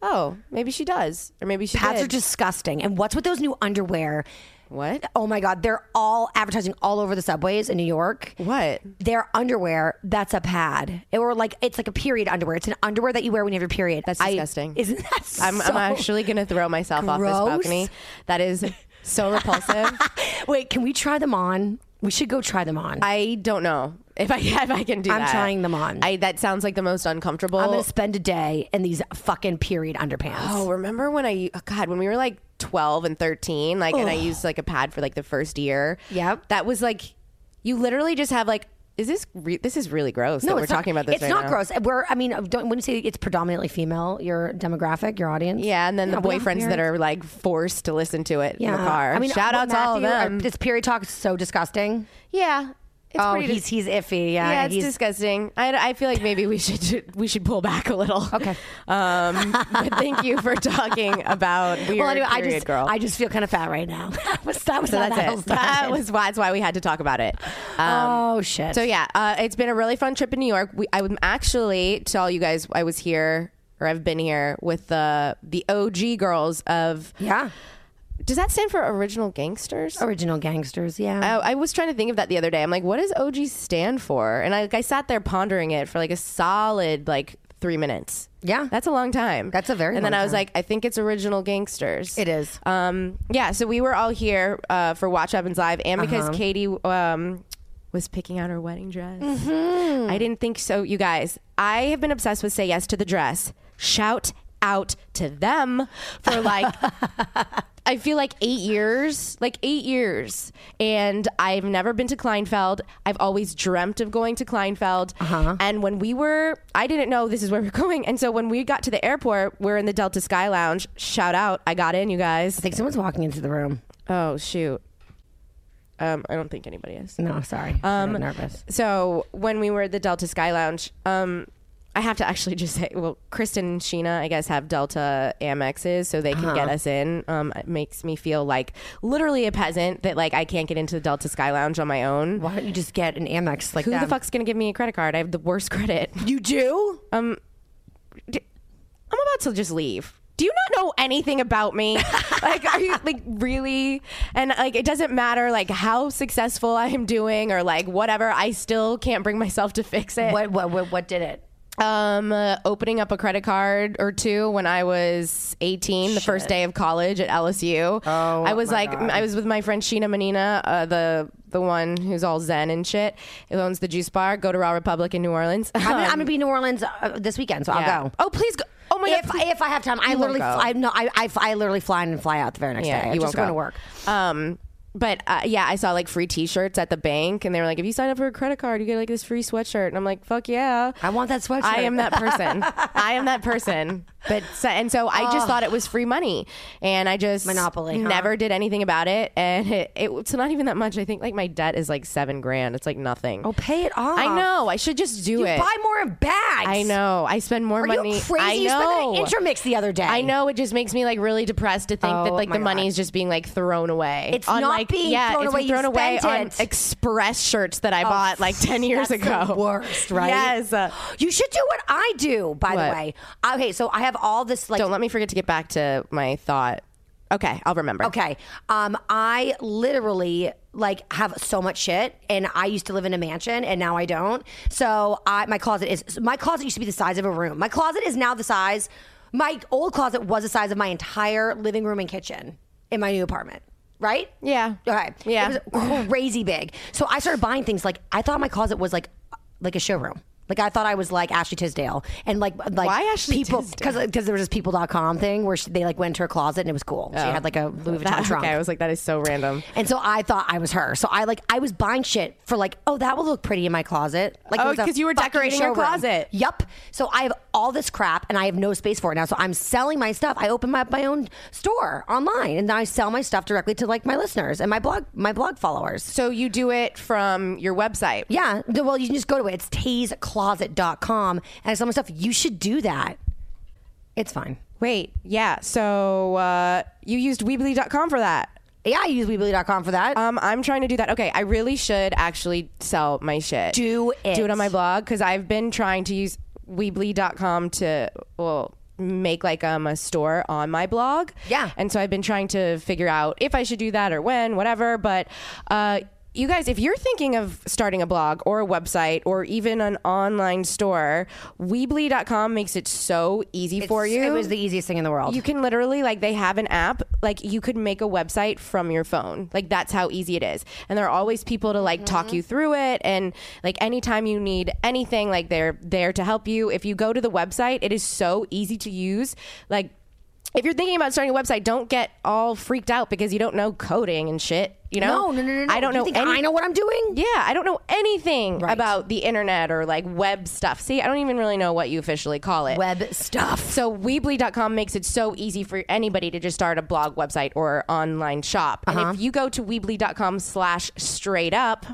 Speaker 2: Oh, maybe she does, or maybe she
Speaker 3: Pads
Speaker 2: did.
Speaker 3: are disgusting. And what's with those new underwear?
Speaker 2: what?
Speaker 3: Oh my God, they're all advertising all over the subways in New York.
Speaker 2: What?
Speaker 3: Their underwear that's a pad, or like it's like a period underwear. It's an underwear that you wear when you have your period.
Speaker 2: That's
Speaker 3: I-
Speaker 2: disgusting.
Speaker 3: isn't that?
Speaker 2: (laughs) I'm,
Speaker 3: so-
Speaker 2: I'm actually gonna throw myself off this
Speaker 3: gross.
Speaker 2: balcony. That is
Speaker 3: (laughs)
Speaker 2: so repulsive.
Speaker 3: (laughs) Wait, can we try them on? We should go try them on. I,
Speaker 2: I don't know if I (laughs) if I can do
Speaker 3: I'm
Speaker 2: that.
Speaker 3: trying them on.
Speaker 2: I that sounds like the most uncomfortable.
Speaker 3: am gonna spend a day in these fucking period underpants.
Speaker 2: oh, remember when I oh God when we were like 12 and 13 like and i used like a pad for like the first year
Speaker 3: Yep.
Speaker 2: that was like you literally just have like is this re- this is really gross that we're
Speaker 3: it's not-
Speaker 2: talking about this
Speaker 3: It's
Speaker 2: right
Speaker 3: not
Speaker 2: now.
Speaker 3: gross. We're, I mean, don't, wouldn't you say it's predominantly female, your demographic, your audience?
Speaker 2: yeah and then the
Speaker 3: we have
Speaker 2: boyfriends that
Speaker 3: parents.
Speaker 2: are like forced to listen to it in the car
Speaker 3: I mean,
Speaker 2: shout
Speaker 3: what
Speaker 2: out to all of
Speaker 3: Matthew-
Speaker 2: them
Speaker 3: This period talk is so disgusting.
Speaker 2: yeah it's
Speaker 3: oh,
Speaker 2: pretty
Speaker 3: he's he's iffy. Yeah,
Speaker 2: yeah, it's
Speaker 3: he's,
Speaker 2: disgusting. I, I feel like maybe we should we should pull back a little.
Speaker 3: Okay.
Speaker 2: (laughs) Um, but thank you for talking about weird
Speaker 3: (laughs) well, anyway, I
Speaker 2: period
Speaker 3: just
Speaker 2: girl.
Speaker 3: I just feel kind of fat right now. (laughs) that was that was
Speaker 2: so
Speaker 3: how
Speaker 2: that's
Speaker 3: (laughs) that all
Speaker 2: it. That
Speaker 3: started.
Speaker 2: was why, that's why we had to talk about it. Um,
Speaker 3: oh shit.
Speaker 2: so yeah, uh, it's been a really fun trip in New York. We, I'm actually to all you guys. I was here or I've been here with the the OG girls of.
Speaker 3: yeah,
Speaker 2: Does that stand for Original Gangsters?
Speaker 3: original gangsters.
Speaker 2: I,
Speaker 3: Yeah.
Speaker 2: I was trying to think of that the other day. I'm like, what does OG stand for? And I, like, I sat there pondering it for like a solid like three minutes.
Speaker 3: Yeah.
Speaker 2: that's a long time.
Speaker 3: That's a very
Speaker 2: And then
Speaker 3: long
Speaker 2: I was
Speaker 3: time.
Speaker 2: like, I think it's original gangsters.
Speaker 3: It is.
Speaker 2: Um, yeah. So we were all here uh, for Watch Happens Live, and because
Speaker 3: Uh-huh.
Speaker 2: Katie um, was picking out her wedding dress,
Speaker 3: Mm-hmm.
Speaker 2: I didn't think so. You guys, I have been obsessed with Say Yes to the Dress. Shout out to them for like I feel like eight years, like eight years. And I've never been to Kleinfeld. I've always dreamt of going to Kleinfeld. And when we were, I didn't know this is where (laughs) we we're going. And so when we got to the airport, we're in the Delta Sky Lounge. Shout out. I got in, you guys.
Speaker 3: I think someone's walking into the room.
Speaker 2: Oh, shoot. Um, I don't think anybody is.
Speaker 3: No, sorry. Um, I'm nervous.
Speaker 2: So when we were at the Delta Sky Lounge, um, I have to actually just say, well, Kristen and Sheena, I guess, have Delta Amexes, so they can get us in. Um, it makes me feel like literally a peasant that like I can't get into the Delta Sky Lounge on my own.
Speaker 3: Why don't you just get an Amex like
Speaker 2: Who the
Speaker 3: them?
Speaker 2: fuck's gonna give me a credit card? I have the worst (laughs) credit. Um,
Speaker 3: You do?
Speaker 2: I'm about to just leave. Do you not know anything about me?
Speaker 3: (laughs)
Speaker 2: like, are you like really? And like, it doesn't matter like how successful I am doing or like whatever. I still can't bring myself to fix it.
Speaker 3: What what what, what did it?
Speaker 2: um, uh, opening up a credit card or two when I was 18, the first day of college at LSU. Oh, I was like, I was with my friend Sheena Manina, uh, the the one who's all zen and shit, who owns the juice bar. Go to Raw Republic in New Orleans. (laughs)
Speaker 3: I'm, gonna, I'm gonna be in New Orleans uh, this weekend, so
Speaker 2: Yeah.
Speaker 3: I'll go.
Speaker 2: Oh, please go. Oh my
Speaker 3: if
Speaker 2: god. please-
Speaker 3: if I have time, I
Speaker 2: You won't
Speaker 3: literally
Speaker 2: go.
Speaker 3: fly, no, I, I I literally fly in and fly out the very next
Speaker 2: Yeah,
Speaker 3: day.
Speaker 2: you
Speaker 3: I'm
Speaker 2: won't
Speaker 3: just going
Speaker 2: go.
Speaker 3: to work.
Speaker 2: Um, but uh, yeah, I saw like free T-shirts at the bank, and they were like, "If you sign up for a credit card, you get like this free sweatshirt." And I'm like, "Fuck yeah!"
Speaker 3: I want that sweatshirt.
Speaker 2: I am
Speaker 3: (laughs)
Speaker 2: that person. I am that person. But so, and so I just thought it was free money, and I just
Speaker 3: Monopoly, huh?
Speaker 2: Never did anything about it, and it, it, it's not even that much. I think like my debt is like seven grand. It's like nothing.
Speaker 3: Oh, pay it off.
Speaker 2: I know. I should just do
Speaker 3: You
Speaker 2: it.
Speaker 3: buy more in bags.
Speaker 2: I know. I spend more
Speaker 3: Are
Speaker 2: money.
Speaker 3: you crazy?
Speaker 2: I
Speaker 3: You spent
Speaker 2: know.
Speaker 3: an intermix the other day.
Speaker 2: I know it just makes me like really depressed to think that
Speaker 3: Oh,
Speaker 2: like
Speaker 3: my
Speaker 2: the money
Speaker 3: God.
Speaker 2: is just being like thrown away.
Speaker 3: It's not
Speaker 2: like,
Speaker 3: being
Speaker 2: yeah,
Speaker 3: thrown
Speaker 2: it's
Speaker 3: away.
Speaker 2: Been
Speaker 3: You
Speaker 2: thrown away
Speaker 3: spent
Speaker 2: on
Speaker 3: it. Oh,
Speaker 2: Express shirts that I bought
Speaker 3: (laughs)
Speaker 2: like ten years
Speaker 3: That's
Speaker 2: ago.
Speaker 3: The worst, right?
Speaker 2: Yes.
Speaker 3: (gasps) You should do what I do. By
Speaker 2: What?
Speaker 3: the way, okay. So I have all this like
Speaker 2: Don't let me forget to get back to my thought. Okay, I'll remember.
Speaker 3: Okay. Um, I literally like have so much shit, and I used to live in a mansion, and now I don't. So I my closet is my closet used to be the size of a room. My closet is now the size. My old closet was the size of my entire living room and kitchen in my new apartment. Right?
Speaker 2: Yeah.
Speaker 3: Okay.
Speaker 2: Yeah.
Speaker 3: It was crazy big. So I started buying things like I thought my closet was like like a showroom. Like I thought I was like Ashley Tisdale and like like
Speaker 2: Why Ashley
Speaker 3: people
Speaker 2: Tisdale?
Speaker 3: because because uh, there was this people.com thing where she, they like went to her closet and it was cool. She had like a Louis Vuitton
Speaker 2: That-
Speaker 3: trunk.
Speaker 2: Oh. (laughs) okay, I was like, that is so random.
Speaker 3: and so I thought I was her. So I like I was buying shit for like, oh, that will look pretty in my closet. Like, it
Speaker 2: Oh,
Speaker 3: was a
Speaker 2: 'cause you were
Speaker 3: fucking
Speaker 2: decorating your
Speaker 3: showroom.
Speaker 2: closet.
Speaker 3: Yup. So I have all this crap and I have no space for it now. So I'm selling my stuff. I open my, my own store online and then I sell my stuff directly to like my listeners and my blog my blog followers.
Speaker 2: So you do it from your website.
Speaker 3: Yeah. th- Well, you can just go to it. It's tasecloset.com and I sell my stuff. You should do that. It's fine.
Speaker 2: Wait, yeah. So uh, you used Weebly.com for that.
Speaker 3: Yeah, I use Weebly.com for that.
Speaker 2: Um, I'm trying to do that. Okay, I really should actually sell my shit.
Speaker 3: Do it.
Speaker 2: Do it on my blog because I've been trying to use Weebly.com to well make like um a store on my blog.
Speaker 3: Yeah.
Speaker 2: And so I've been trying to figure out if I should do that or when, whatever. But uh, you guys, if you're thinking of starting a blog or a website or even an online store, Weebly.com makes it so easy for you.
Speaker 3: It was the easiest thing in the world.
Speaker 2: You can literally like they have an app like you could make a website from your phone. Like that's how easy it is. And there are always people to like
Speaker 3: Mm-hmm.
Speaker 2: talk you through it and like anytime you need anything like they're there to help you. If you go to the website, it is so easy to use. Like if you're thinking about starting a website, don't get all freaked out because you don't know coding and shit. You know?
Speaker 3: No, no, no, no. no.
Speaker 2: I don't
Speaker 3: You
Speaker 2: know.
Speaker 3: think
Speaker 2: any-
Speaker 3: I know what I'm doing.
Speaker 2: Yeah, I don't know anything
Speaker 3: Right.
Speaker 2: about the internet or like web stuff. See, I don't even really know what you officially call it.
Speaker 3: Web stuff.
Speaker 2: So Weebly.com makes it so easy for anybody to just start a blog website or online shop.
Speaker 3: Uh-huh.
Speaker 2: And if you go to Weebly.com slash straight up,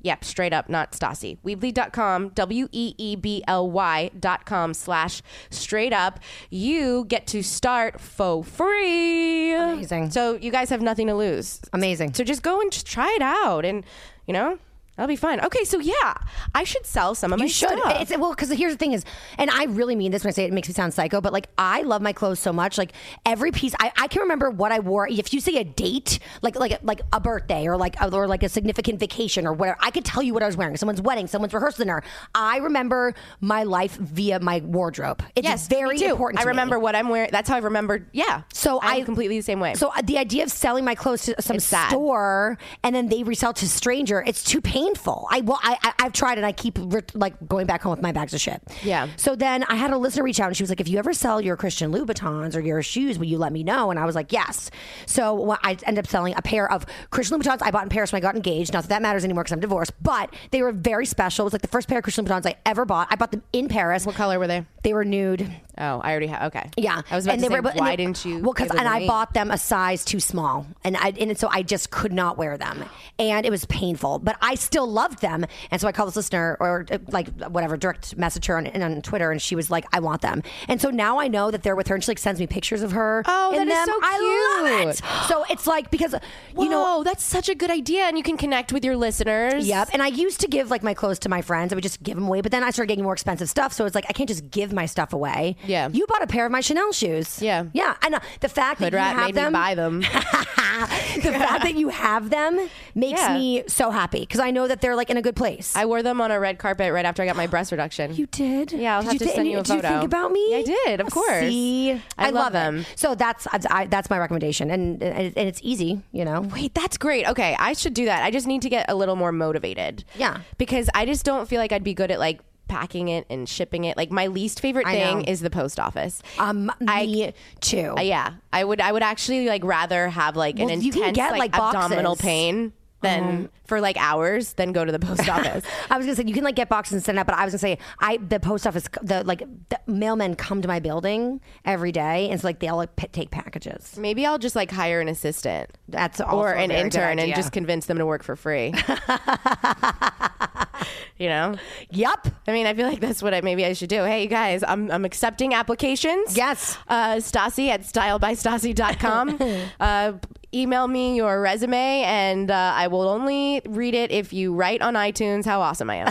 Speaker 2: yep, straight up, not Stassi. Weebly.com, E W-E-E-B-L-Y dot com slash straight up, you get to start for free.
Speaker 3: Amazing.
Speaker 2: So you guys have nothing to lose.
Speaker 3: Amazing.
Speaker 2: So just go and just try it out and, you know, that'll be fun. Okay, so yeah, I should sell some of my
Speaker 3: You should.
Speaker 2: stuff.
Speaker 3: It's well, because here's the thing is, and I really mean this when I say it, it makes me sound psycho, but like I love my clothes so much. Like every piece, I, I can remember what I wore. If you say a date, like like like a birthday or like or like a significant vacation or whatever, I could tell you what I was wearing. Someone's wedding, someone's rehearsal dinner. I remember my life via my wardrobe. It's
Speaker 2: Yes,
Speaker 3: very
Speaker 2: me too.
Speaker 3: important.
Speaker 2: I
Speaker 3: to me.
Speaker 2: remember what I'm wearing. That's how I remember. Yeah.
Speaker 3: So
Speaker 2: I'm
Speaker 3: I
Speaker 2: completely the same way.
Speaker 3: So uh, the idea of selling my clothes to some
Speaker 2: It's sad.
Speaker 3: store and then they resell to a stranger, it's too painful. I well, I, I I've tried and I keep re- like going back home with my bags of shit.
Speaker 2: Yeah.
Speaker 3: So then I had a listener reach out and she was like, "If you ever sell your Christian Louboutins or your shoes, will you let me know?" And I was like, "Yes." So well, I ended up selling a pair of Christian Louboutins I bought in Paris when I got engaged. Not that that matters anymore because I'm divorced, but they were very special. It was like the first pair of Christian Louboutins I ever bought. I bought them in Paris.
Speaker 2: what color were they?
Speaker 3: They were nude.
Speaker 2: Oh, I already have. Okay.
Speaker 3: Yeah,
Speaker 2: I was about
Speaker 3: And
Speaker 2: to
Speaker 3: they
Speaker 2: say,
Speaker 3: were- but- and
Speaker 2: why
Speaker 3: they-
Speaker 2: didn't you?
Speaker 3: Well, because
Speaker 2: give
Speaker 3: and
Speaker 2: them to
Speaker 3: I
Speaker 2: me?
Speaker 3: bought them a size too small, and I and so I just could not wear them, and it was painful. But I still loved them, and so I called this listener or uh, like whatever direct message her on, and on Twitter, and she was like, "I want them," and so now I know that they're with her, and she like sends me pictures of her.
Speaker 2: Oh, that
Speaker 3: in
Speaker 2: is
Speaker 3: them.
Speaker 2: so
Speaker 3: I love
Speaker 2: cute.
Speaker 3: it. So it's like because you know
Speaker 2: Whoa, that's such a good idea, and you can connect with your listeners.
Speaker 3: Yep. And I used to give like my clothes to my friends. I would just give them away. But then I started getting more expensive stuff. So it's like, I can't just give my stuff away.
Speaker 2: Yeah.
Speaker 3: You bought a pair of my Chanel shoes.
Speaker 2: Yeah.
Speaker 3: Yeah. And uh, the fact
Speaker 2: Hood
Speaker 3: that you
Speaker 2: rat
Speaker 3: have
Speaker 2: made
Speaker 3: them.
Speaker 2: me
Speaker 3: (laughs)
Speaker 2: buy them.
Speaker 3: the fact that you have them makes
Speaker 2: Yeah.
Speaker 3: me so happy because I know that they're like in a good place.
Speaker 2: I wore them on a red carpet right after I got my breast reduction.
Speaker 3: you did?
Speaker 2: Yeah, I'll
Speaker 3: did
Speaker 2: have to
Speaker 3: thi-
Speaker 2: send
Speaker 3: and
Speaker 2: you a
Speaker 3: Did you think
Speaker 2: photo.
Speaker 3: about me?
Speaker 2: Yeah, I did, of course.
Speaker 3: See, I,
Speaker 2: I love
Speaker 3: love, it.
Speaker 2: them.
Speaker 3: So that's I, that's my recommendation, and and and it's easy, you know.
Speaker 2: Wait, that's great. Okay, I should do that. I just need to get a little more motivated.
Speaker 3: Yeah.
Speaker 2: Because I just don't feel like I'd be good at like packing it and shipping it. Like my least favorite
Speaker 3: I
Speaker 2: thing
Speaker 3: know.
Speaker 2: is the post office.
Speaker 3: Um, me too.
Speaker 2: Uh, yeah, I would. I would actually like rather have like an
Speaker 3: Well,
Speaker 2: intense
Speaker 3: you can get,
Speaker 2: like,
Speaker 3: like,
Speaker 2: abdominal
Speaker 3: boxes. Uh-huh.
Speaker 2: pain than for like hours than go to the
Speaker 3: (laughs)
Speaker 2: post office.
Speaker 3: I was gonna say you can like get boxes and send it out, but I was gonna say I the post office the like the mailmen come to my building every day, and so like they all like p- take packages.
Speaker 2: Maybe I'll just like hire an assistant
Speaker 3: That's also
Speaker 2: or
Speaker 3: a
Speaker 2: an
Speaker 3: very good
Speaker 2: intern and
Speaker 3: idea.
Speaker 2: just convince them to work for
Speaker 3: (laughs)
Speaker 2: free. you know.
Speaker 3: Yep.
Speaker 2: I mean, I feel like that's what I maybe I should do. Hey, you guys, I'm, I'm accepting applications.
Speaker 3: Yes.
Speaker 2: Uh, Stassi at
Speaker 3: (laughs)
Speaker 2: stylebystasi.com. uh, email me your resume, and uh, I will only read it if you write on iTunes how awesome I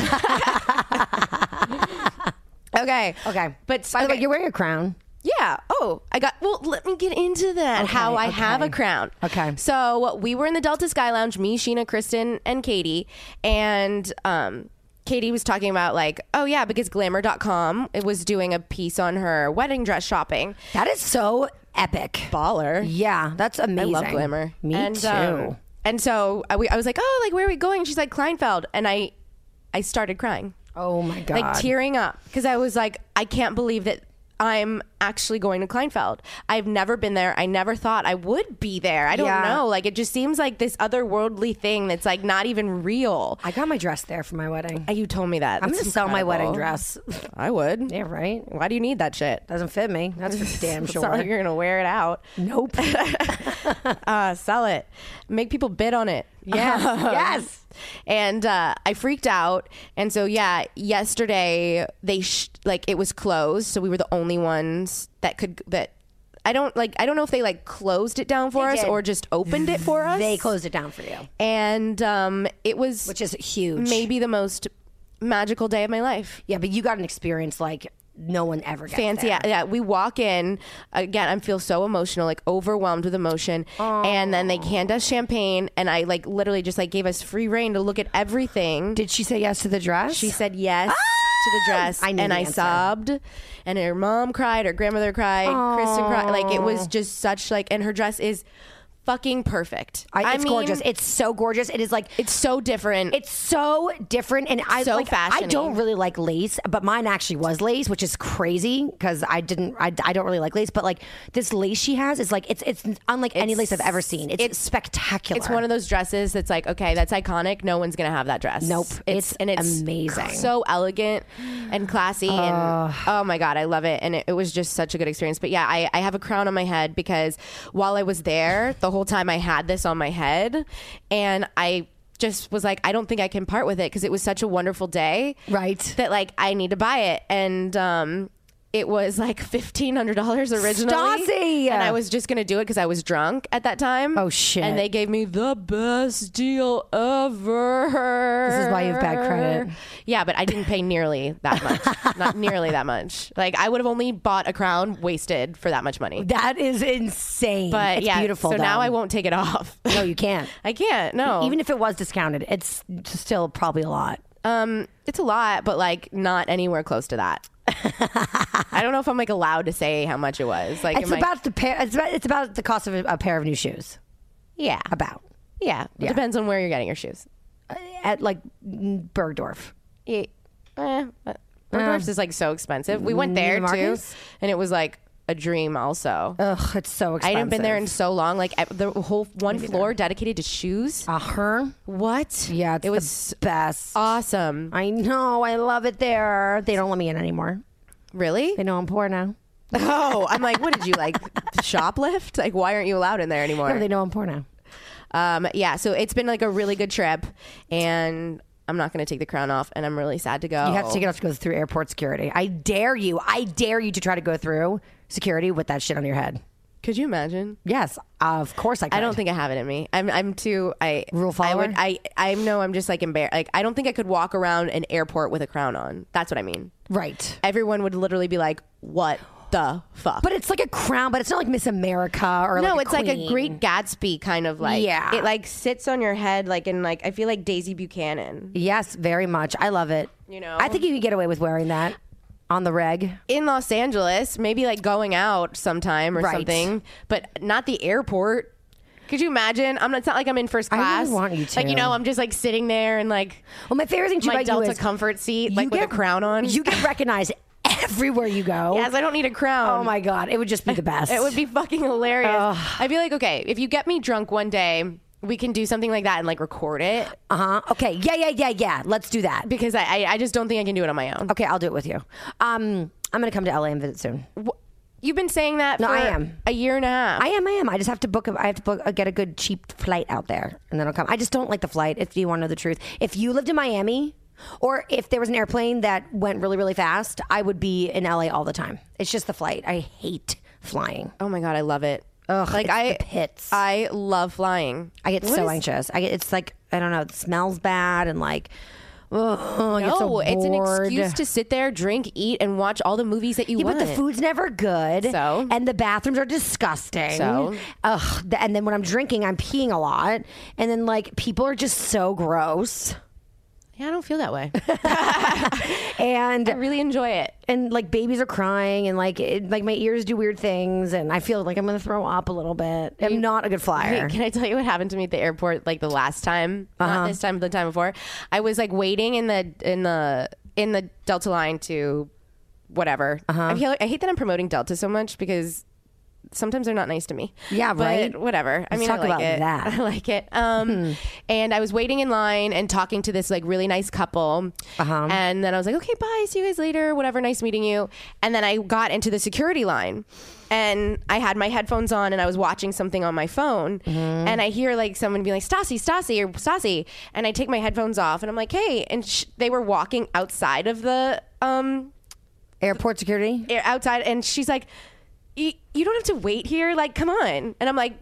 Speaker 2: am.
Speaker 3: (laughs)
Speaker 2: (laughs) okay.
Speaker 3: Okay.
Speaker 2: But
Speaker 3: by the way,
Speaker 2: okay.
Speaker 3: you're wearing a crown.
Speaker 2: Yeah. Oh, I got. Well, let me get into that. how I have a
Speaker 3: okay.
Speaker 2: crown.
Speaker 3: Okay.
Speaker 2: So we were in the Delta Sky Lounge. Me, Sheena, Kristen, and Katie. And um, Katie was talking about like, oh yeah, because Glamour.com it was doing a piece on her wedding dress shopping.
Speaker 3: That is so epic.
Speaker 2: Baller.
Speaker 3: Yeah, that's amazing.
Speaker 2: I love glamour.
Speaker 3: Me
Speaker 2: and,
Speaker 3: too.
Speaker 2: um, and so I, we, I was like, oh, like where are we going? She's like Kleinfeld, and I, I started crying
Speaker 3: oh my god.
Speaker 2: like tearing up because I was like, I can't believe that I'm actually going to Kleinfeld. I've never been there. I never thought I would be there. I don't
Speaker 3: Yeah.
Speaker 2: know. Like it just seems like this otherworldly thing that's like not even real.
Speaker 3: I got my dress there for my wedding.
Speaker 2: Uh, You told me that.
Speaker 3: I'm
Speaker 2: That's
Speaker 3: gonna sell my
Speaker 2: incredible.
Speaker 3: wedding dress.
Speaker 2: I would.
Speaker 3: yeah, right.
Speaker 2: Why do you need that shit?
Speaker 3: Doesn't fit me. That's (laughs) for
Speaker 2: (laughs)
Speaker 3: damn
Speaker 2: It's not like
Speaker 3: sure.
Speaker 2: you're gonna wear it out.
Speaker 3: (laughs) Nope.
Speaker 2: Uh, sell it. Make people bid on
Speaker 3: (laughs)
Speaker 2: it.
Speaker 3: Yes. Yes.
Speaker 2: And uh, I freaked out. And so yeah, yesterday they sh- like it was closed, so we were the only ones that could that. I don't like. I don't know if they like closed it down for
Speaker 3: They
Speaker 2: us
Speaker 3: did.
Speaker 2: or just opened it for us.
Speaker 3: they closed it down for you,
Speaker 2: and um, it was
Speaker 3: which is huge.
Speaker 2: maybe the most magical day of my life.
Speaker 3: Yeah, but you got an experience like no one ever gets.
Speaker 2: fancy.
Speaker 3: there.
Speaker 2: Yeah, yeah, we walk in again. I feel so emotional, like overwhelmed with emotion. And then they hand us champagne, and I like literally just like gave us free reign to look at everything.
Speaker 3: Did she say yes to the dress?
Speaker 2: she said yes to the dress,
Speaker 3: I knew
Speaker 2: and
Speaker 3: the
Speaker 2: I
Speaker 3: answer.
Speaker 2: sobbed, and her mom cried, her grandmother cried, Kristen cried. Like it was just such like, and her dress is fucking perfect.
Speaker 3: I, it's
Speaker 2: mean,
Speaker 3: gorgeous. It's so gorgeous. It is like
Speaker 2: it's so different.
Speaker 3: It's so different, and I
Speaker 2: So
Speaker 3: like. I don't
Speaker 2: fashioning.
Speaker 3: really like lace, but mine actually was lace, which is crazy because I didn't. I, I don't really like lace, but like this lace she has is like it's it's unlike any lace I've ever seen. It's,
Speaker 2: it's-
Speaker 3: spectacular.
Speaker 2: It's one of those dresses that's like, okay, that's iconic. No one's gonna have that dress.
Speaker 3: Nope. It's amazing.
Speaker 2: So elegant and classy, and oh my god, I love it. And it, it was just such a good experience. But yeah, I, I have a crown on my head because while I was there, the whole time I had this on my head, and I just was like, I don't think I can part with it because it was such a wonderful day,
Speaker 3: Right.
Speaker 2: That like I need to buy it, and um. It was like fifteen hundred dollars originally,
Speaker 3: Stassi!
Speaker 2: and I was just gonna do it because I was drunk at that time.
Speaker 3: Oh, shit.
Speaker 2: And they gave me the best deal ever.
Speaker 3: This is why you have bad credit.
Speaker 2: Yeah, but I didn't pay nearly
Speaker 3: (laughs)
Speaker 2: that much. Not nearly that much. Like I would have only bought a crown wasted for that much money.
Speaker 3: that is insane.
Speaker 2: but
Speaker 3: it's
Speaker 2: yeah,
Speaker 3: beautiful.
Speaker 2: So now
Speaker 3: though.
Speaker 2: I won't Oh. take it off. (laughs)
Speaker 3: No, you can't.
Speaker 2: I can't. No,
Speaker 3: Even if it was discounted, it's still probably a lot.
Speaker 2: um, it's a lot, but like not anywhere close to
Speaker 3: (laughs)
Speaker 2: that. I don't know if I'm like allowed to say how much it was. Like
Speaker 3: it's
Speaker 2: am I-
Speaker 3: about the pair. It's about it's about the cost of a, a pair of new shoes.
Speaker 2: yeah,
Speaker 3: About
Speaker 2: yeah. It Depends on where you're getting your shoes.
Speaker 3: at like Bergdorf.
Speaker 2: Yeah. Eh, but Bergdorf's is like so expensive. We went there too,
Speaker 3: Um, Mm, Marcus?
Speaker 2: and it was like a dream. Also,
Speaker 3: Ugh, it's so
Speaker 2: I
Speaker 3: expensive.
Speaker 2: hadn't been there in so long. Like ev- the whole one floor dedicated to shoes.
Speaker 3: uh huh.
Speaker 2: What?
Speaker 3: Yeah, it's
Speaker 2: it was
Speaker 3: the best.
Speaker 2: awesome.
Speaker 3: I know. I love it there. They don't let me in anymore.
Speaker 2: Really?
Speaker 3: (laughs) They know I'm poor now.
Speaker 2: oh, I'm like, what did you like shoplift? Like, why aren't you allowed in there anymore?
Speaker 3: They know I'm poor now.
Speaker 2: Um, yeah, so it's been like a really good trip, and I'm not going to take the crown off, and I'm really sad to go.
Speaker 3: You have to take it off to go through airport security. I dare you. I dare you to try to go through security with that shit on your head.
Speaker 2: Could you imagine?
Speaker 3: Yes, of course I. Could.
Speaker 2: I don't think I have it in me. I'm I'm too I
Speaker 3: Rule
Speaker 2: I would
Speaker 3: follower?
Speaker 2: I I know I'm just like embarrassed. Like I don't think I could walk around an airport with a crown on. That's what I mean.
Speaker 3: Right.
Speaker 2: Everyone would literally be like, "What the fuck?"
Speaker 3: But it's like a crown. But it's not like Miss America or
Speaker 2: no,
Speaker 3: like
Speaker 2: it's like a
Speaker 3: queen.
Speaker 2: Great Gatsby kind of like.
Speaker 3: Yeah.
Speaker 2: It like sits on your head like in like I feel like Daisy Buchanan.
Speaker 3: Yes, very much. I love it.
Speaker 2: You know?
Speaker 3: I think you can get away with wearing that on the reg.
Speaker 2: in Los Angeles, maybe like going out sometime or
Speaker 3: Right.
Speaker 2: something, but not the airport. Could you imagine? I'm not, it's not like I'm in first
Speaker 3: I really
Speaker 2: class.
Speaker 3: want you
Speaker 2: Like, you Oh
Speaker 3: to.
Speaker 2: know, I'm just like sitting there and like
Speaker 3: Well, Oh, my favorite thing too
Speaker 2: my
Speaker 3: about
Speaker 2: Delta
Speaker 3: you is
Speaker 2: comfort seat,
Speaker 3: you
Speaker 2: like with a
Speaker 3: get-
Speaker 2: crown on.
Speaker 3: You get recognized everywhere you
Speaker 2: (laughs)
Speaker 3: go.
Speaker 2: yes, I don't need a crown.
Speaker 3: Oh my god, it would just be the best.
Speaker 2: It would be fucking hilarious. I'd be like, okay, if you get me drunk one day, we can do something like that and like record it
Speaker 3: Uh huh. Okay. Yeah. Yeah. Yeah. Yeah. Let's do that.
Speaker 2: because I, I, I just don't think I can do it on my own.
Speaker 3: Okay, I'll do it with you. Um, I'm gonna come to LA and visit soon.
Speaker 2: You've been saying that
Speaker 3: No,
Speaker 2: for
Speaker 3: I am.
Speaker 2: a year and a half.
Speaker 3: I am. I am. I just have to book. A, I have to book. A, get a good cheap flight out there, and then I'll come. I just don't like the flight. If you want to know the truth, if you lived in Miami, or if there was an airplane that went really really fast, I would be in LA all the time. It's just the flight. I hate flying.
Speaker 2: oh my God, I love it.
Speaker 3: Ugh,
Speaker 2: like
Speaker 3: it's
Speaker 2: I
Speaker 3: the pits.
Speaker 2: I love flying.
Speaker 3: I get
Speaker 2: What
Speaker 3: so
Speaker 2: is-
Speaker 3: anxious. I get. It's like I don't know. It smells bad and like. Oh, I get so
Speaker 2: No, it's an
Speaker 3: bored.
Speaker 2: excuse to sit there, drink, eat, and watch all the movies that you
Speaker 3: Yeah,
Speaker 2: want.
Speaker 3: but the food's never good.
Speaker 2: So?
Speaker 3: and the bathrooms are disgusting.
Speaker 2: So?
Speaker 3: Ugh. th- And then when I'm drinking, I'm peeing a lot. And then like people are just so gross.
Speaker 2: Yeah, I don't feel that way. (laughs)
Speaker 3: And
Speaker 2: I really enjoy it.
Speaker 3: and like babies are crying and like it, like my ears do weird things and I feel like I'm gonna throw up a little bit. I'm not a good flyer.
Speaker 2: Wait, can I tell you what happened to me at the airport? Like the last time,
Speaker 3: Uh-huh.
Speaker 2: not this time, but the time before. I was like waiting in the in the in the Delta line to whatever.
Speaker 3: Uh-huh.
Speaker 2: I, feel like, I hate that I'm promoting Delta so much because sometimes they're not nice to me.
Speaker 3: Yeah,
Speaker 2: But
Speaker 3: right?
Speaker 2: Whatever. I
Speaker 3: Let's
Speaker 2: mean,
Speaker 3: talk
Speaker 2: I like
Speaker 3: about
Speaker 2: it. (laughs)
Speaker 3: that. Hmm.
Speaker 2: I like it. Um, and I was waiting in line and talking to this like really nice couple, uh-huh. and then I was like, okay, bye, see you guys later, whatever, nice meeting you. And then I got into the security line, and I had my headphones on and I was watching something on my phone,
Speaker 3: Mm-hmm.
Speaker 2: and I hear like someone being like Stassi, Stassi, or Stassi, and I take my headphones off and I'm like, hey, and sh- they were walking outside of the um
Speaker 3: Airport security.
Speaker 2: air- outside and she's like "Y- you don't have to wait here like (gasps) come on and i'm like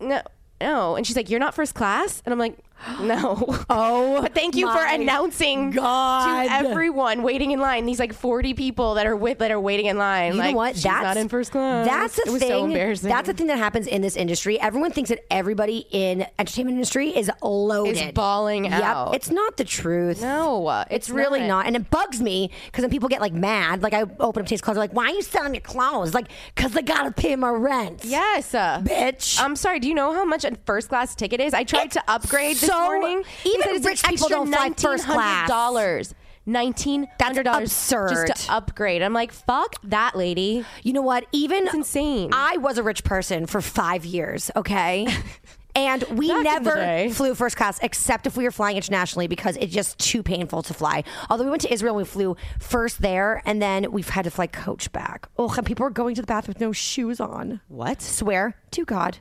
Speaker 2: no no and she's like you're not first class and i'm like No.
Speaker 3: (gasps)
Speaker 2: (laughs)
Speaker 3: Oh,
Speaker 2: But thank you for
Speaker 3: my
Speaker 2: announcing
Speaker 3: God.
Speaker 2: to everyone waiting in line. These like 40 people that are with that are waiting in line.
Speaker 3: You
Speaker 2: like,
Speaker 3: know what?
Speaker 2: She's
Speaker 3: that's
Speaker 2: not in first class.
Speaker 3: That's a
Speaker 2: it was
Speaker 3: thing.
Speaker 2: so embarrassing.
Speaker 3: That's a thing that happens in this industry. Everyone thinks that everybody in entertainment industry is loaded,
Speaker 2: Is bawling
Speaker 3: yep.
Speaker 2: out.
Speaker 3: It's not the truth.
Speaker 2: No,
Speaker 3: It's
Speaker 2: it's
Speaker 3: really not.
Speaker 2: not.
Speaker 3: and it bugs me because when people get like mad, like I open up Tate's clothes, they're like, "Why are you selling your clothes?" Like, "Cause I gotta pay my rent."
Speaker 2: Yes. uh,
Speaker 3: bitch.
Speaker 2: I'm sorry. Do you know how much a first class ticket is? I tried
Speaker 3: It's
Speaker 2: to upgrade this
Speaker 3: so-
Speaker 2: morning. They
Speaker 3: even
Speaker 2: said it's an
Speaker 3: rich people
Speaker 2: extra
Speaker 3: don't fly first class.
Speaker 2: $1,900. $1,900
Speaker 3: absurd.
Speaker 2: just to upgrade. I'm like, fuck that lady.
Speaker 3: You know what? Even
Speaker 2: It's insane.
Speaker 3: I was a rich person for five years. (laughs) Okay. And we
Speaker 2: Back in the
Speaker 3: never
Speaker 2: day.
Speaker 3: flew first class except if we were flying internationally because it's just too painful to fly. Although we went to Israel and we flew first there and then we've had to fly coach back. Oh, and people are going to the bathroom with no shoes on.
Speaker 2: What?
Speaker 3: Swear to God.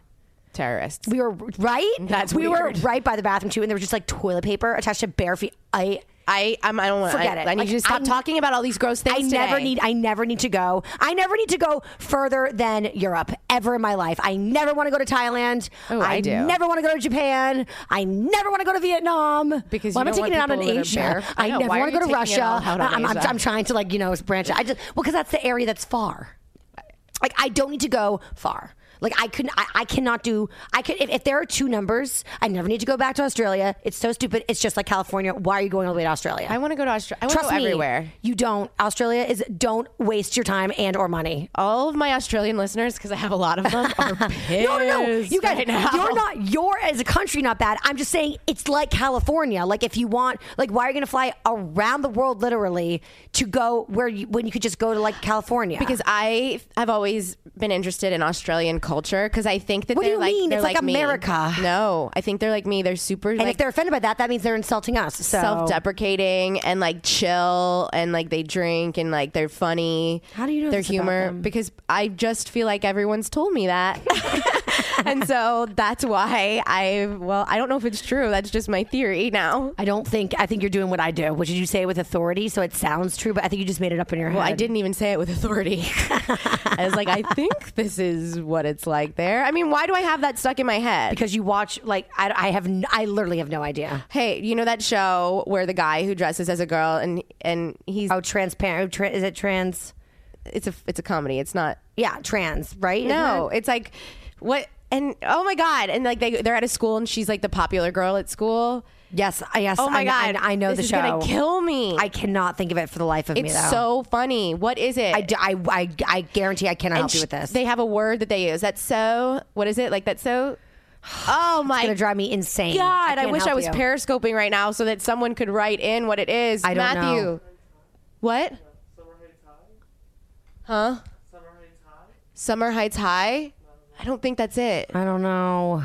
Speaker 2: Terrorists.
Speaker 3: We were right.
Speaker 2: That's
Speaker 3: we
Speaker 2: weird.
Speaker 3: were right by the bathroom too, and there was just like toilet paper attached to bare feet. I
Speaker 2: I I'm, I don't want.
Speaker 3: Forget
Speaker 2: I,
Speaker 3: it.
Speaker 2: I need
Speaker 3: Like,
Speaker 2: you to stop
Speaker 3: I-
Speaker 2: talking about all these gross things.
Speaker 3: I never
Speaker 2: today.
Speaker 3: need I never need to go. I never need to go further than Europe ever in my life. I never want to go to Thailand.
Speaker 2: Oh, I do.
Speaker 3: never want to go to Japan. I never want to go to Vietnam.
Speaker 2: Because
Speaker 3: Why
Speaker 2: you
Speaker 3: am
Speaker 2: don't
Speaker 3: I taking
Speaker 2: want
Speaker 3: it out on
Speaker 2: people that are
Speaker 3: Asia?
Speaker 2: bare-
Speaker 3: I,
Speaker 2: I know.
Speaker 3: never
Speaker 2: Why are
Speaker 3: want
Speaker 2: you
Speaker 3: to go to
Speaker 2: taking it
Speaker 3: Russia.
Speaker 2: all out on
Speaker 3: I'm, I'm-
Speaker 2: Asia?
Speaker 3: I'm trying to like you know branch. out. I just well because that's the area that's far. Like I don't need to go far. Like I couldn't. I, I cannot do. I could if, if there are two numbers. I never need to go back to Australia. It's so stupid. It's just like California. Why are you going all the way to Australia?
Speaker 2: I want to go to Australia. I want to
Speaker 3: Trust
Speaker 2: go
Speaker 3: me,
Speaker 2: everywhere.
Speaker 3: You don't. Australia is don't waste your time and or money.
Speaker 2: All of my Australian listeners, because I have a lot of (laughs) them, are pissed.
Speaker 3: No, no, no. You guys,
Speaker 2: right now.
Speaker 3: you're not. You're as a country not bad. I'm just saying it's like California. Like if you want, like why are you going to fly around the world literally to go where you when you could just go to like California?
Speaker 2: Because I have always been interested in Australian culture because I think that
Speaker 3: What do
Speaker 2: they're
Speaker 3: you
Speaker 2: like
Speaker 3: mean?
Speaker 2: they're
Speaker 3: It's like
Speaker 2: me.
Speaker 3: America.
Speaker 2: No, I think they're like me. They're super
Speaker 3: and
Speaker 2: like
Speaker 3: if they're offended by that, that means they're insulting us. So.
Speaker 2: self-deprecating and like chill and like they drink and like they're funny.
Speaker 3: How do you know
Speaker 2: their
Speaker 3: this about
Speaker 2: humor?
Speaker 3: them?
Speaker 2: Because I just feel like everyone's told me that. (laughs) and so that's why I well, I don't know if it's true. That's just my theory now.
Speaker 3: I don't think I think you're doing what I do, which is you say it with authority, so it sounds true, but I think you just made it up in your head.
Speaker 2: Well, I didn't even say it with authority. (laughs) I was like, I think this is what it's like there. I mean, why do I have that stuck in my head?
Speaker 3: because you watch like I, I have n- I literally have no idea.
Speaker 2: hey, you know that show where the guy who dresses as a girl and and he's
Speaker 3: Oh, transparent. Tra- is it trans?
Speaker 2: it's a it's a comedy. It's not
Speaker 3: Yeah, trans, right? Isn't
Speaker 2: No,
Speaker 3: it?
Speaker 2: it's like what and oh my god, and like they they're at a school and she's like the popular girl at school.
Speaker 3: Yes, I- yes.
Speaker 2: Oh my
Speaker 3: I,
Speaker 2: god,
Speaker 3: I, I know
Speaker 2: this
Speaker 3: the
Speaker 2: is
Speaker 3: show.
Speaker 2: gonna kill me.
Speaker 3: I cannot think of it for the life of me.
Speaker 2: it's
Speaker 3: Though
Speaker 2: so funny. What is it?
Speaker 3: I, do- I, I, I guarantee I cannot
Speaker 2: And
Speaker 3: help you
Speaker 2: sh-
Speaker 3: with this.
Speaker 2: They have a word that they use. That's so. What is it? Like that's so. Oh my
Speaker 3: (sighs) It's gonna drive me insane.
Speaker 2: god! I,
Speaker 3: can't
Speaker 2: wish I
Speaker 3: help
Speaker 2: was
Speaker 3: you.
Speaker 2: periscoping right now so that someone could write in what it is.
Speaker 3: I don't
Speaker 2: Matthew.
Speaker 3: know.
Speaker 2: What? Huh? Summer Heights High. I don't think that's it.
Speaker 3: I don't know.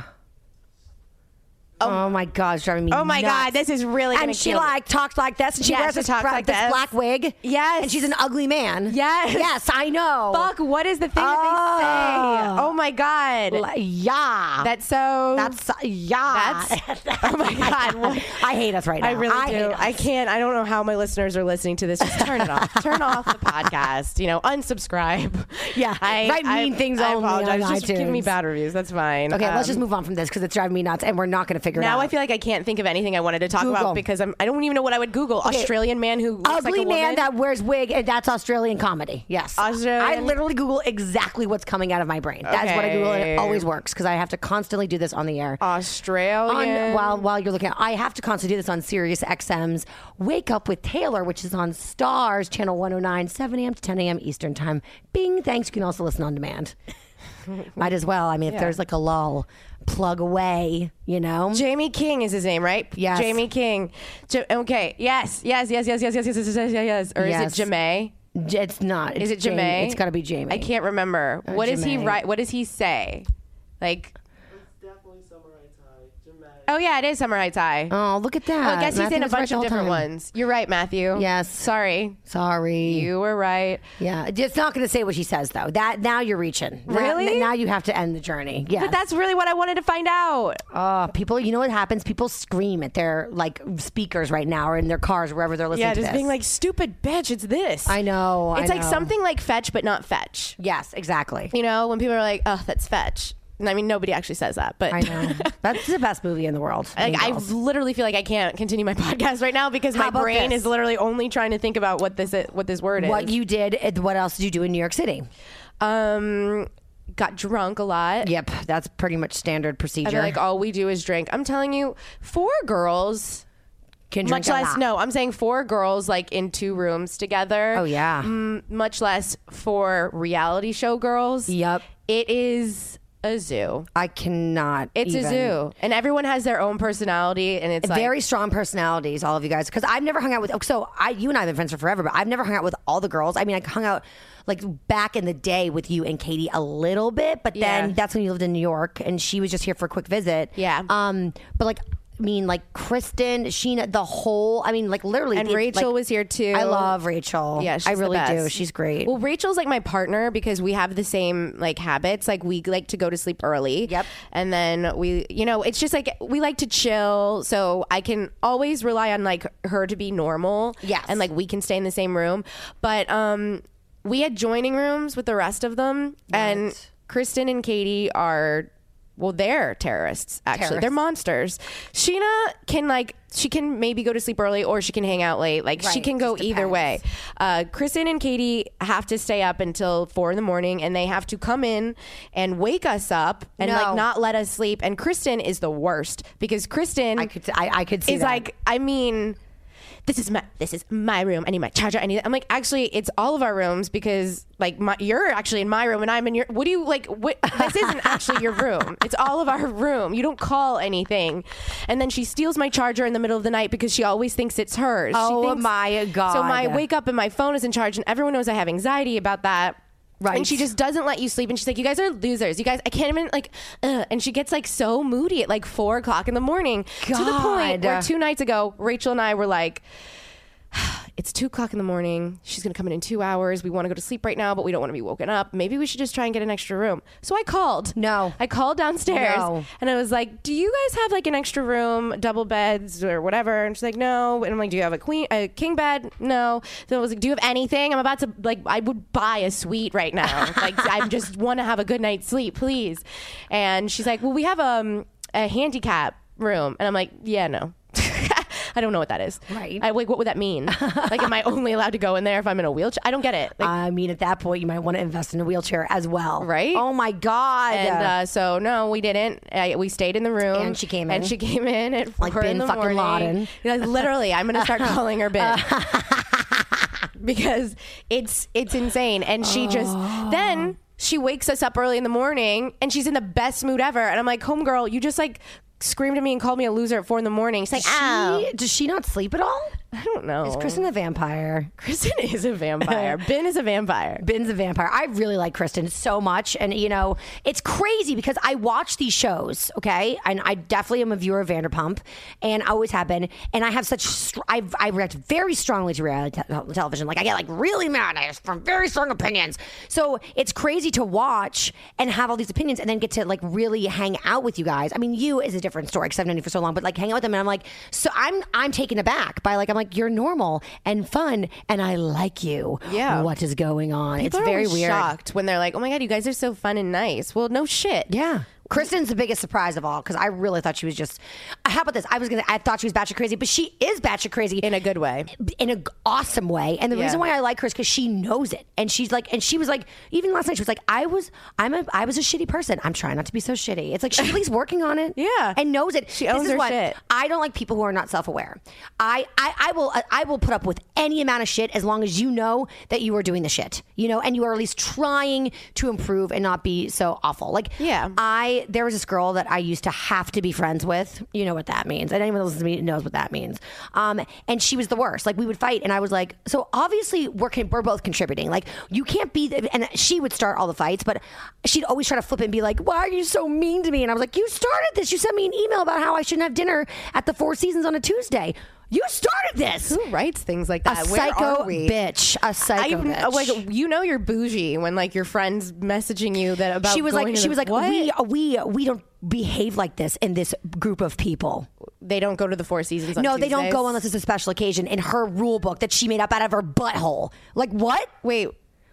Speaker 3: Oh, my god, it's driving me.
Speaker 2: Oh my
Speaker 3: nuts.
Speaker 2: god, this is really. gonna
Speaker 3: And she
Speaker 2: kill me.
Speaker 3: like talks like this, and she
Speaker 2: Yeah,
Speaker 3: wears
Speaker 2: she
Speaker 3: this,
Speaker 2: talks
Speaker 3: bra-
Speaker 2: like
Speaker 3: this
Speaker 2: this.
Speaker 3: black wig.
Speaker 2: Yes.
Speaker 3: and she's an ugly man.
Speaker 2: Yes.
Speaker 3: yes, I know.
Speaker 2: Fuck, what is the thing that they say?
Speaker 3: Oh.
Speaker 2: Oh my God.
Speaker 3: Like, yeah,
Speaker 2: that's so.
Speaker 3: that's yeah.
Speaker 2: (laughs) That's- oh my God. What-
Speaker 3: I hate us right now.
Speaker 2: I really
Speaker 3: hate
Speaker 2: do.
Speaker 3: us.
Speaker 2: I can't. I don't know how my listeners are listening to this. Just turn it (laughs) off. Turn off the podcast. You know, unsubscribe.
Speaker 3: Yeah,
Speaker 2: I,
Speaker 3: write mean
Speaker 2: I,
Speaker 3: things
Speaker 2: I
Speaker 3: only on
Speaker 2: apologize. Just give me
Speaker 3: iTunes.
Speaker 2: bad reviews. That's fine.
Speaker 3: Okay,
Speaker 2: Um,
Speaker 3: let's just move on from this because it's driving me nuts, and we're not going to figure it out.
Speaker 2: Now I feel like I can't think of anything I wanted to talk
Speaker 3: Google.
Speaker 2: about because I'm. I don't even know what I would Google. Australian man who looks
Speaker 3: ugly
Speaker 2: like a
Speaker 3: man
Speaker 2: woman.
Speaker 3: that wears wig, and that's Australian comedy. Yes,
Speaker 2: Australian-
Speaker 3: I literally Google exactly what's coming out of my brain. That's what I Google, and
Speaker 2: Okay.
Speaker 3: it always works because I have to constantly do this on the air. on
Speaker 2: Australian.
Speaker 3: while while you're looking, at, I have to constantly do this on Sirius XM's Wake Up with Taylor, which is on Stars Channel 109, 7 a.m. to 10 a.m. Eastern Time. Bing, thanks. You can also listen
Speaker 2: (laughs)
Speaker 3: on demand. Might as well. I mean, if there's like a lull, plug away. You know.
Speaker 2: Jamie King is his name, right?
Speaker 3: Yes.
Speaker 2: Jamie King. Ja- okay. Yes. Yes. Yes. Yes. Yes. Yes. Yes. Yes. Yes. Yes. yes, yes. Or
Speaker 3: Yes.
Speaker 2: is it Jamie?
Speaker 3: J- It's not. It's
Speaker 2: Is it
Speaker 3: Jamie.
Speaker 2: Jamie?
Speaker 3: It's got to be Jamie. Oh,
Speaker 2: I can't remember. what does he
Speaker 3: Jamie.
Speaker 2: write? What does he say? Like. Oh yeah, it is Summer Heights High.
Speaker 3: Oh, look at that.
Speaker 2: well, I guess he's
Speaker 3: Matthew
Speaker 2: in a
Speaker 3: was right
Speaker 2: bunch
Speaker 3: the
Speaker 2: of
Speaker 3: whole
Speaker 2: different
Speaker 3: time.
Speaker 2: ones. You're right, Matthew.
Speaker 3: Yes.
Speaker 2: Sorry,
Speaker 3: Sorry.
Speaker 2: you were right.
Speaker 3: Yeah, it's not going to say what she says though. That now you're reaching. Now-
Speaker 2: Really?
Speaker 3: now you have to end the journey. Yeah.
Speaker 2: But that's really what I wanted to find out.
Speaker 3: Oh, people. You know what happens? People scream at their like speakers right now, or in their cars, wherever they're listening.
Speaker 2: yeah,
Speaker 3: to
Speaker 2: just
Speaker 3: this.
Speaker 2: being like stupid bitch. It's this.
Speaker 3: I know.
Speaker 2: It's
Speaker 3: I
Speaker 2: like
Speaker 3: know.
Speaker 2: something like fetch, but not fetch.
Speaker 3: Yes, exactly.
Speaker 2: (laughs) You know, when people are like, "Oh, that's fetch." I mean, nobody actually says that, but
Speaker 3: I know. That's the best movie in the world.
Speaker 2: (laughs) Like
Speaker 3: Mean
Speaker 2: I
Speaker 3: Girls.
Speaker 2: literally feel like I can't continue my (laughs) podcast right now because
Speaker 3: How
Speaker 2: my
Speaker 3: about
Speaker 2: brain
Speaker 3: this?
Speaker 2: is literally only trying to think about what this is, what this word
Speaker 3: what
Speaker 2: is.
Speaker 3: you did, and what else did you do in New York City?
Speaker 2: um got drunk a lot.
Speaker 3: Yep, that's pretty much
Speaker 2: I
Speaker 3: standard procedure.
Speaker 2: feel like all we do is drink. I'm telling you, four girls,
Speaker 3: Can drink
Speaker 2: much
Speaker 3: a
Speaker 2: less.
Speaker 3: lot.
Speaker 2: No, I'm saying four girls like in two rooms together.
Speaker 3: Oh yeah.
Speaker 2: Mm, much less four reality show girls.
Speaker 3: Yep.
Speaker 2: It is a zoo.
Speaker 3: I cannot.
Speaker 2: It's
Speaker 3: even.
Speaker 2: a zoo, and everyone has their own personality, and it's like,
Speaker 3: Very strong personalities, all of you guys. Because I've never hung out with. oh, So I, you and I have been friends for forever, but I've never hung out with all the girls. I mean, I hung out like back in the day with you and Katie a little bit, but
Speaker 2: Yeah.
Speaker 3: then that's when you lived in New York, and she was just here for a quick visit.
Speaker 2: Yeah.
Speaker 3: Um. But like, I mean, like Kristen, Sheena, the whole. I mean, like literally.
Speaker 2: And
Speaker 3: the-
Speaker 2: Rachel
Speaker 3: like,
Speaker 2: was here too.
Speaker 3: I love Rachel.
Speaker 2: Yeah, she's
Speaker 3: I
Speaker 2: the
Speaker 3: really do.
Speaker 2: best.
Speaker 3: She's great.
Speaker 2: Well, Rachel's like my partner because we have the same like habits. Like we like to go to sleep early.
Speaker 3: Yep.
Speaker 2: And then we, you know, it's just like we like to chill. So I can always rely on like her to be normal.
Speaker 3: Yes.
Speaker 2: And like we can stay in the same room. But um, we had joining rooms with the rest of them, and Kristen and Katie are. Well, they're terrorists, actually. They're monsters. Sheena can, like, she can maybe go to sleep early or she can hang out late. Like, she
Speaker 3: Right,
Speaker 2: can go
Speaker 3: just
Speaker 2: either
Speaker 3: depends.
Speaker 2: way. Uh, Kristen and Katie have to stay up until four in the morning, and they have to come in and wake us up and
Speaker 3: No.
Speaker 2: like not let us sleep. And Kristen is the worst because Kristen
Speaker 3: I could. I, I could see.
Speaker 2: is
Speaker 3: that.
Speaker 2: like, I mean, this is my this is my room. I need my charger. I need. I'm like, actually, it's all of our rooms because like my, you're actually in my room and I'm in your. What do you like? What this isn't actually your
Speaker 3: (laughs)
Speaker 2: room. It's all of our room. You don't call anything. And then she steals my charger in the middle of the night because she always thinks it's hers. She
Speaker 3: Oh
Speaker 2: thinks-
Speaker 3: my God.
Speaker 2: So my wake up and my phone is in charge, and everyone knows I have anxiety about that.
Speaker 3: Right.
Speaker 2: And she just doesn't let you sleep. And she's like, you guys are losers. You guys, I can't even, like, uh, and she gets, like, so moody at, like, four o'clock in the morning. To the point
Speaker 3: God.
Speaker 2: where two nights ago, Rachel and I were like, it's two o'clock in the morning. She's going to come in in two hours. We want to go to sleep right now, but we don't want to be woken up. Maybe we should just try and get an extra room. So I called.
Speaker 3: No.
Speaker 2: I called downstairs
Speaker 3: No.
Speaker 2: and I was like, do you guys have like an extra room, double beds or whatever? And she's like, no. And I'm like, do you have a queen, a king bed? No. So I was like, do you have anything? I'm about to like, I would buy a suite right
Speaker 3: (laughs)
Speaker 2: now. like, I just want to have a good night's sleep, please. And she's like, well, we have um, a handicap room. And I'm like, yeah, no. (laughs) I don't know what that is.
Speaker 3: Right.
Speaker 2: I, like, what would that
Speaker 3: (laughs)
Speaker 2: mean? like, am I only allowed to go in there if I'm in a wheelchair? I don't get it. Like,
Speaker 3: I mean, at that point, you might want to invest in a wheelchair as well,
Speaker 2: Right?
Speaker 3: Oh my god!
Speaker 2: and uh, so no, we didn't. I, we stayed in the room,
Speaker 3: And she came
Speaker 2: and
Speaker 3: in.
Speaker 2: she came in at
Speaker 3: Like
Speaker 2: four in
Speaker 3: Ben
Speaker 2: the
Speaker 3: fucking
Speaker 2: morning.
Speaker 3: Laden.
Speaker 2: Yeah, Literally, I'm
Speaker 3: (laughs)
Speaker 2: gonna start calling her Ben. because it's it's insane and she just
Speaker 3: Oh.
Speaker 2: then she wakes us up early in the morning and she's in the best mood ever and i'm like homegirl you just like screamed at me and called me a loser at four in the morning she's like oh
Speaker 3: She- does she not sleep at all?
Speaker 2: i don't know
Speaker 3: Is Kristen a vampire?
Speaker 2: kristen is a
Speaker 3: (laughs)
Speaker 2: vampire ben is a vampire
Speaker 3: Ben's a vampire. I really like Kristen so much. And, you know, it's crazy because I watch these shows, okay? And I definitely am a viewer of Vanderpump and always have been. And I have such, str- I, I react very strongly to reality te- uh, television. Like, I get like really mad. I have from very strong opinions. So it's crazy to watch and have all these opinions and then get to like really hang out with you guys. I mean, you is a different story because I've known you for so long, but like hang out with them. And I'm like, so I'm, I'm taken aback by like, I'm like, you're normal and fun and I like you.
Speaker 2: Yeah.
Speaker 3: What is going on?
Speaker 2: People
Speaker 3: it's
Speaker 2: are
Speaker 3: very
Speaker 2: always
Speaker 3: weird.
Speaker 2: shocked when they're like oh my god you guys are so fun and nice well no shit
Speaker 3: Yeah. Kristen's the biggest surprise of all because I really thought she was just. How about this? I was gonna. I thought she was batshit crazy, but she is batshit crazy
Speaker 2: in a good way
Speaker 3: in an awesome way. And the
Speaker 2: Yeah.
Speaker 3: reason why I like her is because she knows it, and she's like, and she was like, even last night she was like, I was, I'm a, I was a shitty person. I'm trying not to be so shitty. It's
Speaker 2: (laughs)
Speaker 3: like she's at least working on it.
Speaker 2: Yeah.
Speaker 3: and knows it.
Speaker 2: She
Speaker 3: This
Speaker 2: owns
Speaker 3: is
Speaker 2: her
Speaker 3: why
Speaker 2: shit.
Speaker 3: I don't like people who are not self aware. I, I, I will, uh, I will put up with any amount of shit as long as you know that you are doing the shit, you know, and you are at least trying to improve and not be so awful. Like,
Speaker 2: Yeah.
Speaker 3: I there was this girl that I used to have to be friends with. You know what that means, and anyone that listens to me knows what that means. Um, and she was the worst. Like we would fight, and I was like, so obviously we're con- we're both contributing. Like you can't be. The- and she would start all the fights, but she'd always try to flip and be like, "Why are you so mean to me?" And I was like, "You started this. You sent me an email about how I shouldn't have dinner at the Four Seasons on a Tuesday. You started this."
Speaker 2: who writes things like
Speaker 3: A
Speaker 2: that Where
Speaker 3: psycho
Speaker 2: are we?
Speaker 3: bitch. A
Speaker 2: I
Speaker 3: psycho
Speaker 2: even-
Speaker 3: bitch.
Speaker 2: like you know you're bougie when like your friends messaging you that about
Speaker 3: she was
Speaker 2: going
Speaker 3: like
Speaker 2: to
Speaker 3: she
Speaker 2: the-
Speaker 3: was like
Speaker 2: what?
Speaker 3: we we we don't behave like this in this group of people.
Speaker 2: they don't go to the Four Seasons. On
Speaker 3: no, they don't
Speaker 2: Tuesdays.
Speaker 3: go unless it's a special occasion in her rule book that she made up out of her butthole. Like what?
Speaker 2: Wait,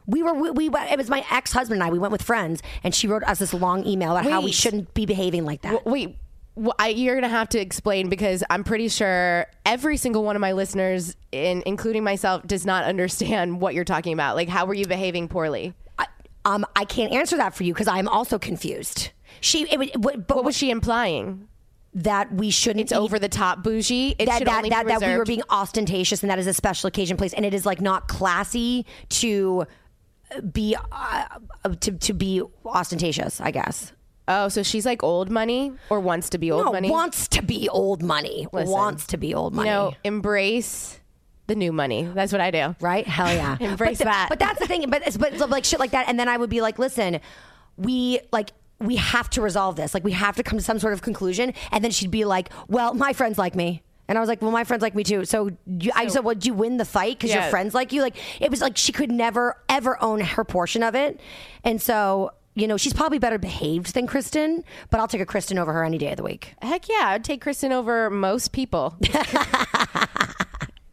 Speaker 3: We were we, we went- it was my ex husband and I. We went with friends, and she wrote us this long email about how we
Speaker 2: Wait.
Speaker 3: shouldn't be behaving like that.
Speaker 2: Wait, wh- I, you're going to have to explain because I'm pretty sure every single one of my listeners, in, including myself, does not (laughs) understand what you're talking about. Like, how were you behaving poorly?
Speaker 3: I, um, I can't answer that for you because I'm also confused. She it, was- what, but
Speaker 2: What was she implying?
Speaker 3: that we shouldn't
Speaker 2: It's
Speaker 3: eat-
Speaker 2: over the top bougie. It
Speaker 3: that
Speaker 2: should
Speaker 3: that,
Speaker 2: only
Speaker 3: that,
Speaker 2: be
Speaker 3: that we were
Speaker 2: reserved-
Speaker 3: being ostentatious and that is a special occasion place and it is like not classy to be uh, to, to be ostentatious i guess
Speaker 2: Oh, so she's like old money or wants to be old
Speaker 3: no,
Speaker 2: money?
Speaker 3: wants to be old money
Speaker 2: Listen.
Speaker 3: wants to be old money
Speaker 2: No, embrace the new money. That's what I do.
Speaker 3: right? Hell (laughs) yeah,
Speaker 2: Embrace
Speaker 3: but the-
Speaker 2: that.
Speaker 3: But that's the thing. But it's- but it's like shit like that, and then I would be like, listen, we like. We have to resolve this. Like, we have to come to some sort of conclusion. And then she'd be like, "Well, my friends like me," and I was like, "Well, my friends like me too." So you, I said, "Well, do you win the fight because your
Speaker 2: Yeah.
Speaker 3: friends like you?" Like, it was like she could never ever own her portion of it. And so, you know, she's probably better behaved than Kristen, but I'll take a Kristen over her any day of the week.
Speaker 2: Heck yeah, I'd take Kristen over most
Speaker 3: (laughs)
Speaker 2: people.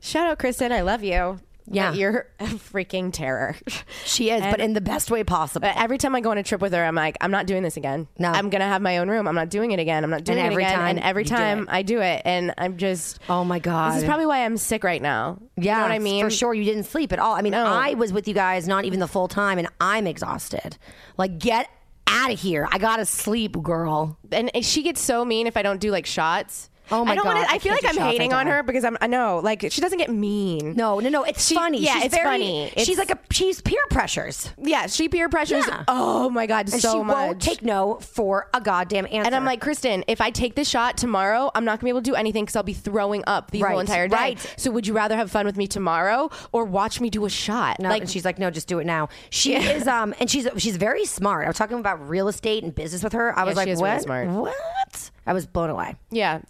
Speaker 2: Shout out Kristen, I love you.
Speaker 3: Yeah.
Speaker 2: But you're a freaking terror.
Speaker 3: She is, but in the best way possible.
Speaker 2: But every time I go on a trip with her, I'm like, I'm not doing this again.
Speaker 3: No.
Speaker 2: I'm gonna have my own room. I'm not doing it again. I'm not doing it
Speaker 3: every
Speaker 2: again.
Speaker 3: time
Speaker 2: and every
Speaker 3: you do
Speaker 2: time
Speaker 3: it.
Speaker 2: I do it, and I'm just,
Speaker 3: Oh my god,
Speaker 2: this is probably why I'm sick right now.
Speaker 3: Yeah,
Speaker 2: you know what I mean?
Speaker 3: For sure, you didn't sleep at all. I mean,
Speaker 2: No.
Speaker 3: I was with you guys not even the full time, and I'm exhausted. Like, get out of here! I gotta sleep, girl.
Speaker 2: and she gets so mean if I don't do like shots.
Speaker 3: Oh my
Speaker 2: I don't
Speaker 3: God,
Speaker 2: Wanna, I,
Speaker 3: I
Speaker 2: feel
Speaker 3: can't
Speaker 2: like
Speaker 3: do
Speaker 2: I'm
Speaker 3: shots, I
Speaker 2: hating on
Speaker 3: die.
Speaker 2: her because I'm. I know, like she doesn't get mean.
Speaker 3: No, no, no. It's
Speaker 2: She-
Speaker 3: funny.
Speaker 2: Yeah,
Speaker 3: she's
Speaker 2: it's
Speaker 3: very,
Speaker 2: funny. It's,
Speaker 3: she's like a she's peer pressures,
Speaker 2: yeah. She peer pressures.
Speaker 3: Yeah.
Speaker 2: Oh my god,
Speaker 3: and
Speaker 2: so
Speaker 3: she
Speaker 2: much.
Speaker 3: won't take no for a goddamn answer.
Speaker 2: and I'm like, Kristen, if I take this shot tomorrow, I'm not gonna be able to do anything because I'll be throwing up the
Speaker 3: Right,
Speaker 2: whole entire day.
Speaker 3: right.
Speaker 2: So would you rather have fun with me tomorrow or watch me do a shot?
Speaker 3: No,
Speaker 2: like
Speaker 3: and she's like, no, just do it now. She is, um, and she's she's very smart. I was talking about real estate and business with her. I was
Speaker 2: she
Speaker 3: like,
Speaker 2: is
Speaker 3: what?
Speaker 2: really smart.
Speaker 3: What? I was blown away.
Speaker 2: yeah.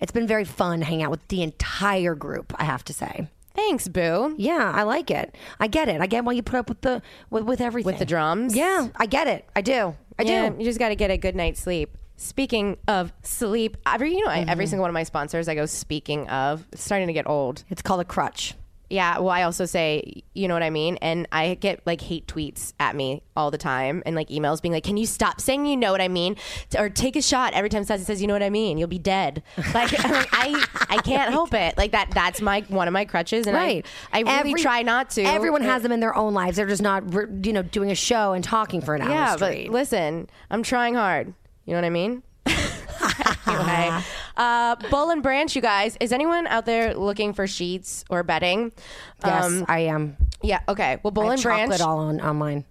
Speaker 3: It's been very fun hanging out with the entire group. I have to say.
Speaker 2: Thanks, boo.
Speaker 3: Yeah, I like it. I get it. I get why you put up with the with, with everything.
Speaker 2: With the drums.
Speaker 3: Yeah, I get it. I do. I
Speaker 2: yeah,
Speaker 3: do.
Speaker 2: You just got to get a good night's sleep. Speaking of sleep, every you know I,
Speaker 3: Mm-hmm.
Speaker 2: every single one of my sponsors, I go. Speaking of, it's starting to get old.
Speaker 3: It's called a crutch.
Speaker 2: Yeah. Well, I also say, you know what I mean, and I get like hate tweets at me all the time, and like emails being like, "Can you stop saying you know what I mean?" T- Or take a shot every time Sassy says, "You know what I mean." You'll be
Speaker 3: (laughs)
Speaker 2: dead. Like I'm like, I, I can't help it. Like that. That's my one of my crutches, and
Speaker 3: Right.
Speaker 2: I, I really
Speaker 3: Every-
Speaker 2: try not to.
Speaker 3: Everyone has them in their own lives. They're just not, re- you know, doing a show and talking for an hour
Speaker 2: Yeah, but
Speaker 3: straight.
Speaker 2: listen, I'm trying hard. You know what I mean? (laughs)
Speaker 3: (laughs)
Speaker 2: anyway, uh, Bull and Branch, you guys. Is anyone out there looking for sheets or bedding?
Speaker 3: yes,
Speaker 2: Um,
Speaker 3: I am.
Speaker 2: yeah. Okay. Well, Bull
Speaker 3: I have
Speaker 2: and
Speaker 3: chocolate
Speaker 2: Branch.
Speaker 3: all on, on mine.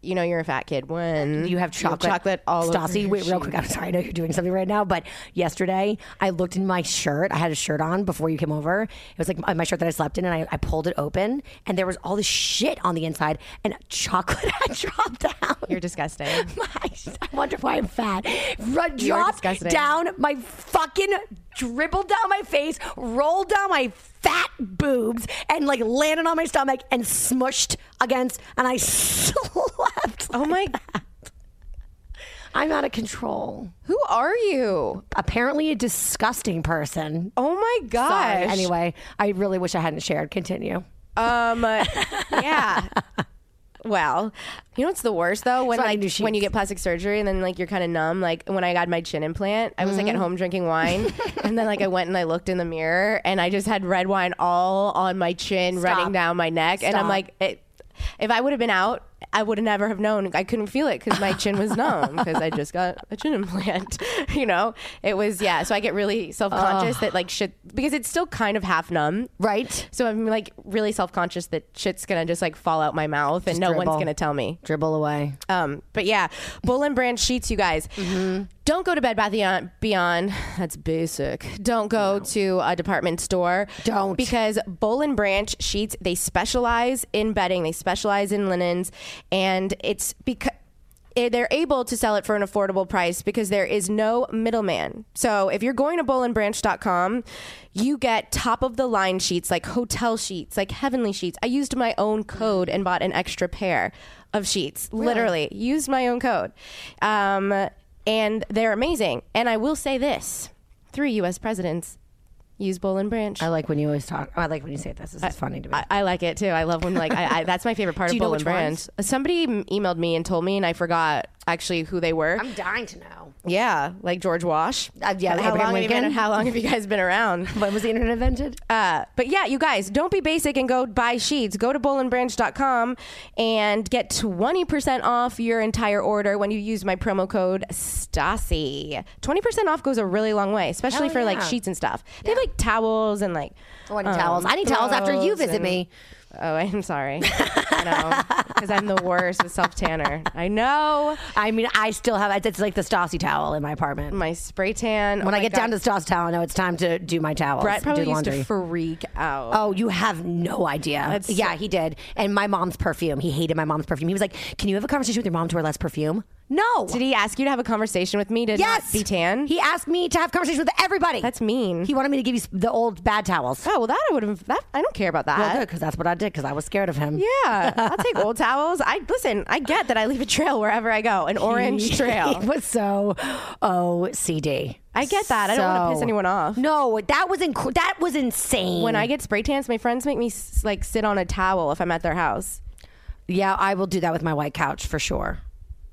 Speaker 2: you know you're a fat kid when
Speaker 3: You have chocolate,
Speaker 2: Mm-hmm. chocolate all over
Speaker 3: Stassi,
Speaker 2: your
Speaker 3: wait, real quick. I'm sorry. I know you're doing something right now, but yesterday I looked in my shirt. I had a shirt on before you came over. It was like my my shirt that I slept in, and I, I pulled it open, and there was all this shit on the inside, and chocolate (laughs) had dropped out.
Speaker 2: You're disgusting.
Speaker 3: (laughs) My, I wonder why I'm fat. Run, dropped
Speaker 2: disgusting.
Speaker 3: down my fucking dribbled down my face, rolled down my fat boobs, and like landed on my stomach and smushed against, and I (laughs) slept.
Speaker 2: Oh my!
Speaker 3: I'm out of control.
Speaker 2: Who are you?
Speaker 3: Apparently, a disgusting person.
Speaker 2: Oh my
Speaker 3: Sorry.
Speaker 2: gosh!
Speaker 3: Anyway, I really wish I hadn't shared. Continue.
Speaker 2: Um, uh,
Speaker 3: (laughs)
Speaker 2: yeah. Well, you know what's the worst though when
Speaker 3: So I
Speaker 2: like
Speaker 3: knew she-
Speaker 2: when you get plastic surgery and then like you're kind of numb. Like when I got my chin implant, I was like at
Speaker 3: Mm-hmm.
Speaker 2: home drinking
Speaker 3: (laughs)
Speaker 2: wine, and then like I went and I looked in the mirror and I just had red wine all on my chin, running down my neck, and I'm
Speaker 3: Stop.
Speaker 2: like, it, if I would have been out, I would have never have known. I couldn't feel it because my chin was numb because I just got a chin implant. (laughs) you know, it was yeah. So I get really self conscious that like shit because it's still kind of half numb,
Speaker 3: Right?
Speaker 2: so I'm like really self conscious that shit's gonna just like fall out my mouth and no
Speaker 3: dribble.
Speaker 2: one's gonna tell me.
Speaker 3: Dribble away.
Speaker 2: Um, but yeah, Bull and Branch sheets, you guys.
Speaker 3: Mm-hmm.
Speaker 2: Don't go to Bed Bath Beyond- Beyond. That's basic. Don't go to a department store.
Speaker 3: Don't.
Speaker 2: because Bull and Branch sheets they specialize in bedding. They specialize in linens, and it's because. eh, They're able to sell it for an affordable price because there is no middleman. So if you're going to bowlandbranch.com, you get top of the line sheets like hotel sheets, like heavenly sheets. I used my own code and bought an extra pair of sheets. Literally, used my own code. Um, and they're amazing. And I will say this three US presidents Use Bowl and Branch.
Speaker 3: I like when you always talk. I like when you say this. This is funny to me.
Speaker 2: I, I like it too. I love when like I, I that's my favorite (laughs) part of
Speaker 3: Do you know
Speaker 2: Bowl
Speaker 3: which
Speaker 2: and Branch. Somebody m- emailed me and told me, and I forgot actually who they were.
Speaker 3: I'm dying to know.
Speaker 2: yeah, like George Wash.
Speaker 3: Uh, yeah,
Speaker 2: how
Speaker 3: Abraham
Speaker 2: long have you been?
Speaker 3: Lincoln.
Speaker 2: How long have you guys been around?
Speaker 3: When was the internet invented?
Speaker 2: (laughs) Uh, but yeah, you guys, don't be basic and go buy sheets. Go to bowlandbranch.com and get 20% off your entire order when you use my promo code STASI. 20% off goes a really long way, especially
Speaker 3: Hell
Speaker 2: for like
Speaker 3: yeah.
Speaker 2: sheets and stuff. They have like towels and like.
Speaker 3: I need towels. I need towels after you
Speaker 2: throws
Speaker 3: visit
Speaker 2: and-
Speaker 3: me.
Speaker 2: Oh, I'm
Speaker 3: (laughs)
Speaker 2: sorry. I know. Because I'm the worst with self tanner. I know.
Speaker 3: I mean, I still have. It's like the Stassi towel in my apartment.
Speaker 2: My spray tan. Oh
Speaker 3: when I get down to Stassi towel, I know it's time to do my towels.
Speaker 2: Brett probably
Speaker 3: do
Speaker 2: used
Speaker 3: laundry.
Speaker 2: to freak out.
Speaker 3: Oh, you have no idea. yeah, he did. And my mom's perfume. He hated my mom's perfume. He was like, "Can you have a conversation with your mom to wear less perfume?" No.
Speaker 2: Did he ask you to have a conversation with me to
Speaker 3: yes.
Speaker 2: not be tan?
Speaker 3: He asked me to have conversations with everybody.
Speaker 2: That's mean.
Speaker 3: He wanted me to give you s- the old bad towels.
Speaker 2: Oh well, that I would have. That I don't care about that.
Speaker 3: Well, good because that's what I did because I was scared of him.
Speaker 2: (laughs) yeah, I'll take old towels. I listen. I get that I leave a trail wherever I
Speaker 3: (laughs)
Speaker 2: go, an orange
Speaker 3: It
Speaker 2: trail.
Speaker 3: was so OCD.
Speaker 2: I get that. I don't wanna
Speaker 3: So-
Speaker 2: piss anyone off.
Speaker 3: No, that was inc- that was insane.
Speaker 2: When I get spray tans, my friends make me s- like sit on a towel if I'm at their house.
Speaker 3: yeah, I will do that with my white couch for sure.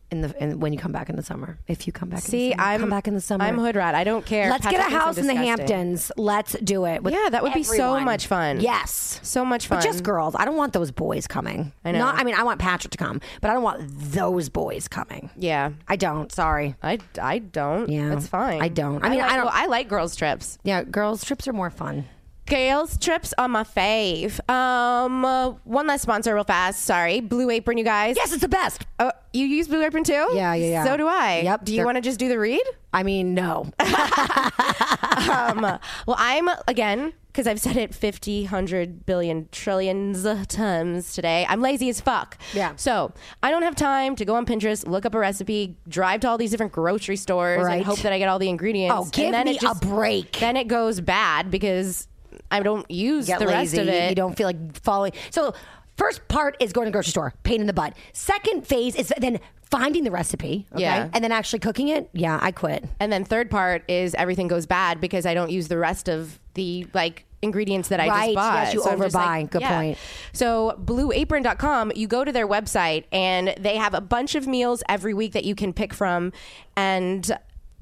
Speaker 3: In the in, when you come back in the summer, if you come back,
Speaker 2: See,
Speaker 3: in the summer.
Speaker 2: I'm
Speaker 3: come back in the summer.
Speaker 2: I'm hood rat. I don't care.
Speaker 3: Let's
Speaker 2: Patrick
Speaker 3: get a
Speaker 2: thinks I'm
Speaker 3: house in the
Speaker 2: disgusting.
Speaker 3: Hamptons. Let's do it. with
Speaker 2: Yeah, that would be so
Speaker 3: everyone.
Speaker 2: much fun.
Speaker 3: Yes.
Speaker 2: So much fun.
Speaker 3: But just girls. I don't want those boys coming. I
Speaker 2: know.
Speaker 3: Not, I mean, I want Patrick to come, but I don't want those boys coming.
Speaker 2: Yeah.
Speaker 3: I don't. Sorry.
Speaker 2: I, I don't.
Speaker 3: Yeah.
Speaker 2: That's fine.
Speaker 3: I don't. I mean,
Speaker 2: like,
Speaker 3: I don't-
Speaker 2: I like girls' trips.
Speaker 3: Yeah, girls trips are more fun.
Speaker 2: Girls trips are my fave. Um, uh, one last sponsor, real fast. Sorry, Blue Apron, you guys.
Speaker 3: Yes, it's the best.
Speaker 2: Oh, you use Blue Apron too?
Speaker 3: Yeah, yeah, yeah.
Speaker 2: So do I.
Speaker 3: Yep,
Speaker 2: Do you
Speaker 3: they're-
Speaker 2: want to just do the
Speaker 3: (laughs)
Speaker 2: read? Um,
Speaker 3: I mean, no. (laughs)
Speaker 2: Well, I'm again because I've said it 50, 100 billion trillions of times today. I'm lazy as fuck.
Speaker 3: Yeah.
Speaker 2: So I don't have time to go on Pinterest, look up a recipe, drive to all these different grocery stores,
Speaker 3: Right.
Speaker 2: and hope that I get all the ingredients.
Speaker 3: Oh,
Speaker 2: And
Speaker 3: give
Speaker 2: then
Speaker 3: me
Speaker 2: it just-
Speaker 3: a break.
Speaker 2: Then it goes bad because I don't use
Speaker 3: Get
Speaker 2: the
Speaker 3: lazy.
Speaker 2: rest of it.
Speaker 3: You don't feel like following. So, first part is going to the grocery store, pain in the butt. Second phase is then finding the recipe. Okay?
Speaker 2: Yeah.
Speaker 3: And then actually cooking it. Yeah, I quit.
Speaker 2: And then third part is everything goes bad because I don't use the rest of the like ingredients that I
Speaker 3: Right.
Speaker 2: just bought.
Speaker 3: Yes, you
Speaker 2: I'm just
Speaker 3: overbuy. Good point.
Speaker 2: So blueapron.com, you go to their website and they have a bunch of meals every week that you can pick from and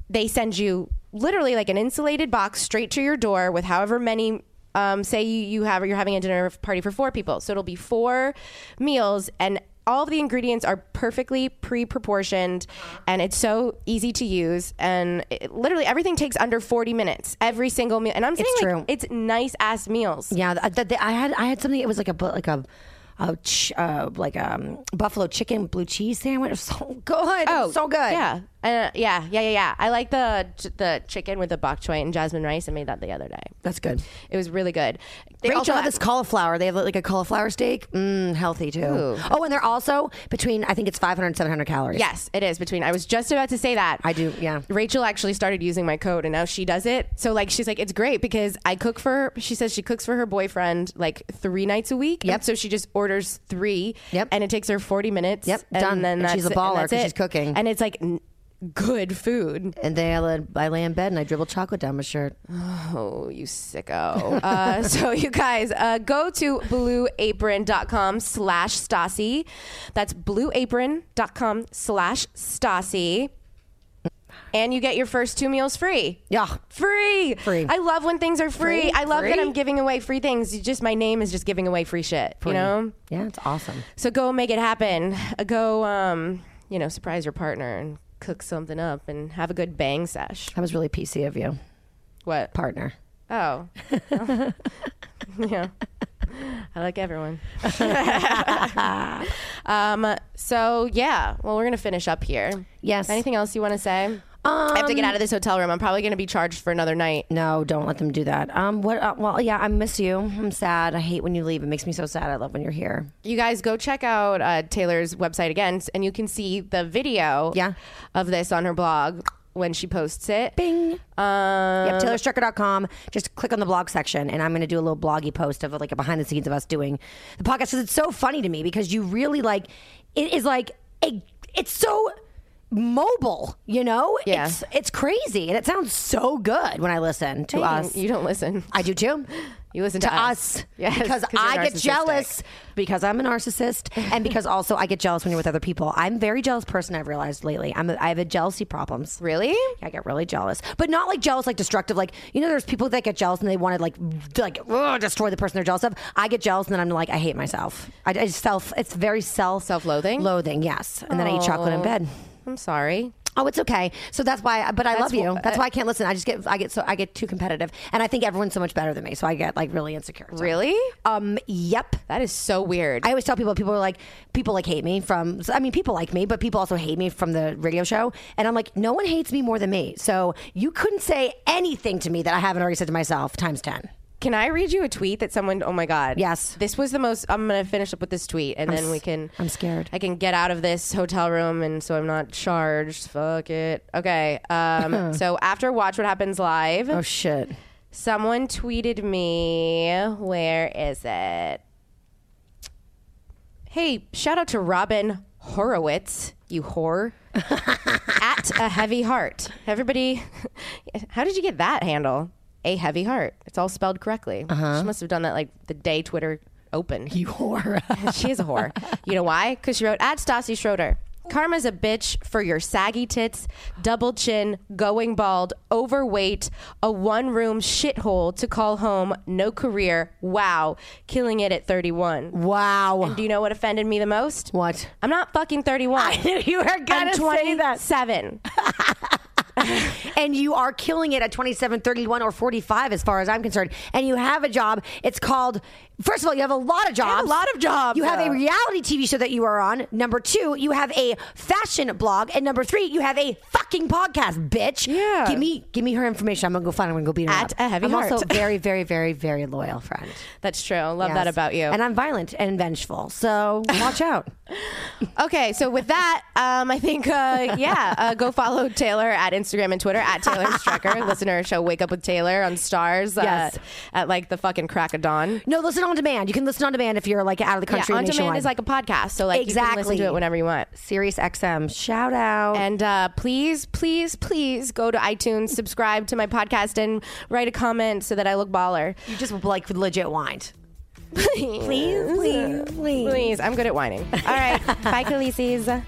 Speaker 2: they send you literally like an insulated box straight to your door with however many um, say you, you have you're having a dinner party for four people. So it'll be four meals and all of the ingredients are perfectly pre-proportioned and it's so easy to use and it, literally everything takes under 40 minutes every single meal and i'm saying like,
Speaker 3: true.
Speaker 2: it's nice ass meals
Speaker 3: Yeah, th- th- th- I had I had something. It was like a bu- like a. a ch- uh, like um, buffalo chicken blue cheese sandwich. (laughs) It was so good. Oh, so good.
Speaker 2: Yeah, uh, yeah, yeah, yeah, yeah. I like the the chicken with the bok choy and jasmine rice. I made that the other day.
Speaker 3: that's good.
Speaker 2: It was really good. They
Speaker 3: Rachel
Speaker 2: also
Speaker 3: had this cauliflower. They have like a cauliflower steak. Mm, healthy too. Oh, and they're also between I think it's 500 and 700 calories.
Speaker 2: Yes, it is between. I was just about to say that.
Speaker 3: I do, yeah.
Speaker 2: Rachel actually started using my code and now she does it. So like she's like it's great because I cook for she says she cooks for her boyfriend like 3 nights a week.
Speaker 3: Yep.
Speaker 2: And so she just orders 3
Speaker 3: Yep.
Speaker 2: and it takes her 40 minutes.
Speaker 3: Yep,
Speaker 2: And
Speaker 3: done.
Speaker 2: then
Speaker 3: And she's
Speaker 2: that's
Speaker 3: a
Speaker 2: it, and
Speaker 3: baller
Speaker 2: that's
Speaker 3: 'cause she's
Speaker 2: it.
Speaker 3: cooking.
Speaker 2: And it's like n- good food.
Speaker 3: And then I lay, I lay in bed and I dribble chocolate down my shirt.
Speaker 2: Oh, you sicko. uh, so (laughs) you guys, uh, go to blueapron.com slash Stassi. That's blueapron.com slash Stassi. And you get your first two meals free.
Speaker 3: Yeah.
Speaker 2: Free.
Speaker 3: Free.
Speaker 2: I love when things are free.
Speaker 3: Free,
Speaker 2: I love that
Speaker 3: free.
Speaker 2: I'm giving away free things. You just my name is just giving away free shit, you know?
Speaker 3: Yeah, it's awesome.
Speaker 2: So go make it happen. Uh, Go um, you know, surprise your partner and cook something up and have a good bang sesh.
Speaker 3: That was really PC of you,
Speaker 2: What?
Speaker 3: partner. (laughs)
Speaker 2: Oh. yeah. I like everyone. (laughs) um, so, yeah. Well, we're going to finish up here.
Speaker 3: Yes. Um,
Speaker 2: Anything else you want to say? I have to get out of this hotel room. I'm probably going to be charged for another night.
Speaker 3: No, don't let them do that. Um, what? Uh, well, yeah, I miss you. I'm sad. I hate when you leave. It makes me so sad. I love when you're here.
Speaker 2: You guys go check out uh, Taylor's website again, s- and you can see the video
Speaker 3: Yeah.
Speaker 2: of this on her blog when she posts it.
Speaker 3: Bing.
Speaker 2: Um,
Speaker 3: Yep, TaylorStrucker.com. Just click on the blog section, and I'm going to do a little bloggy post of like a behind the scenes of us doing the podcast because it's so funny to me because you really like it is like a, it's so mobile, you know?
Speaker 2: Yeah.
Speaker 3: It's it's crazy. And it sounds so good when I listen to us.
Speaker 2: Um, You don't listen.
Speaker 3: I do too.
Speaker 2: You listen
Speaker 3: to
Speaker 2: to us.
Speaker 3: us, (laughs)
Speaker 2: Yes,
Speaker 3: because
Speaker 2: 'cause you're
Speaker 3: I get
Speaker 2: narcissistic.
Speaker 3: jealous because I'm a narcissist and because also I get jealous when you're with other people. I'm a very jealous person. I've realized lately. I'm a, I have a jealousy problems.
Speaker 2: Really?
Speaker 3: I get really jealous, but not like jealous, like destructive. Like you know, there's people that get jealous and they want to like, d- like ugh, destroy the person they're jealous of. I get jealous and then I'm like, I hate myself. I, I just self. It's very self
Speaker 2: Self-loathing? Oh.
Speaker 3: Loathing, yes. And then I eat chocolate in bed.
Speaker 2: I'm sorry.
Speaker 3: Oh, it's okay. So that's why. But I
Speaker 2: That's
Speaker 3: love you.
Speaker 2: wh-
Speaker 3: That's why I can't listen. I just get. I get so. I get too competitive, and I think everyone's so much better than me. So I get like really insecure. So-
Speaker 2: Really?
Speaker 3: Um. Yep.
Speaker 2: That is so weird.
Speaker 3: I always tell people, people are like, people like hate me from, I mean, people like me, but people also hate me from the radio show. And I'm like, no one hates me more than me. So you couldn't say anything to me that I haven't already said to myself times 10.
Speaker 2: Can I read you a tweet that someone? Oh my god!
Speaker 3: Yes.
Speaker 2: This was the most. I'm gonna finish up with this tweet, and then we can.
Speaker 3: I'm scared.
Speaker 2: I can get out of this hotel room, and so I'm not charged. Fuck it. Okay. Um.
Speaker 3: (laughs)
Speaker 2: so after Watch What Happens Live,
Speaker 3: Oh, shit.
Speaker 2: someone tweeted me. Where is it? Hey, shout out to Robin Horowitz. You whore. At a heavy heart. Everybody, (laughs) how did you get that handle? A heavy heart. It's all spelled correctly. She must have done that like the day Twitter opened.
Speaker 3: You whore.
Speaker 2: she is a whore. You know why? Because she wrote at Stassi Schroeder. Karma's a bitch for your saggy tits, double chin, going bald, overweight, a one room shithole to call home, no career. Wow. Killing it at 31.
Speaker 3: wow.
Speaker 2: Do you know what offended me the most?
Speaker 3: What?
Speaker 2: I'm not fucking 31.
Speaker 3: I knew (laughs) you were
Speaker 2: I'm
Speaker 3: gonna say that.
Speaker 2: 27.
Speaker 3: And you are killing it at 27, 31, or 45, as far as I'm concerned. And you have a job. It's called, first of all, you have a lot of jobs.
Speaker 2: have a lot of jobs,
Speaker 3: You have
Speaker 2: though.
Speaker 3: a reality TV show that you are on. Number two, you have a fashion blog. And number three, you have a fucking podcast, bitch.
Speaker 2: Yeah.
Speaker 3: Give me give me her information. I'm going to go find her. I'm going to go beat her
Speaker 2: At
Speaker 3: up.
Speaker 2: a heavy
Speaker 3: I'm also
Speaker 2: heart. (laughs)
Speaker 3: very, very, very, very loyal friend.
Speaker 2: That's true. Love
Speaker 3: Yes.
Speaker 2: that about you.
Speaker 3: And I'm violent and vengeful.
Speaker 2: (laughs)
Speaker 3: So watch out.
Speaker 2: Okay, so with that, um, I think, uh, yeah, uh, go follow Taylor at Instagram and Twitter at Taylor (laughs) Strecker. Listen to her show Wake Up with Taylor on Stars uh,
Speaker 3: Yes.
Speaker 2: at like the fucking crack of dawn.
Speaker 3: No, listen on demand. You can listen on demand if you're like out of the country.
Speaker 2: yeah, on
Speaker 3: nationwide.
Speaker 2: demand is like a podcast, so like you can listen
Speaker 3: Exactly.
Speaker 2: to it whenever you want.
Speaker 3: Sirius XM. Shout out.
Speaker 2: And uh, please, please, please go to iTunes, subscribe to my podcast, and write a comment so that I look baller.
Speaker 3: you just like legit whined.
Speaker 2: Please, (laughs)
Speaker 3: please, please.
Speaker 2: please. I'm good at whining. All right, bye, Khaleesi's.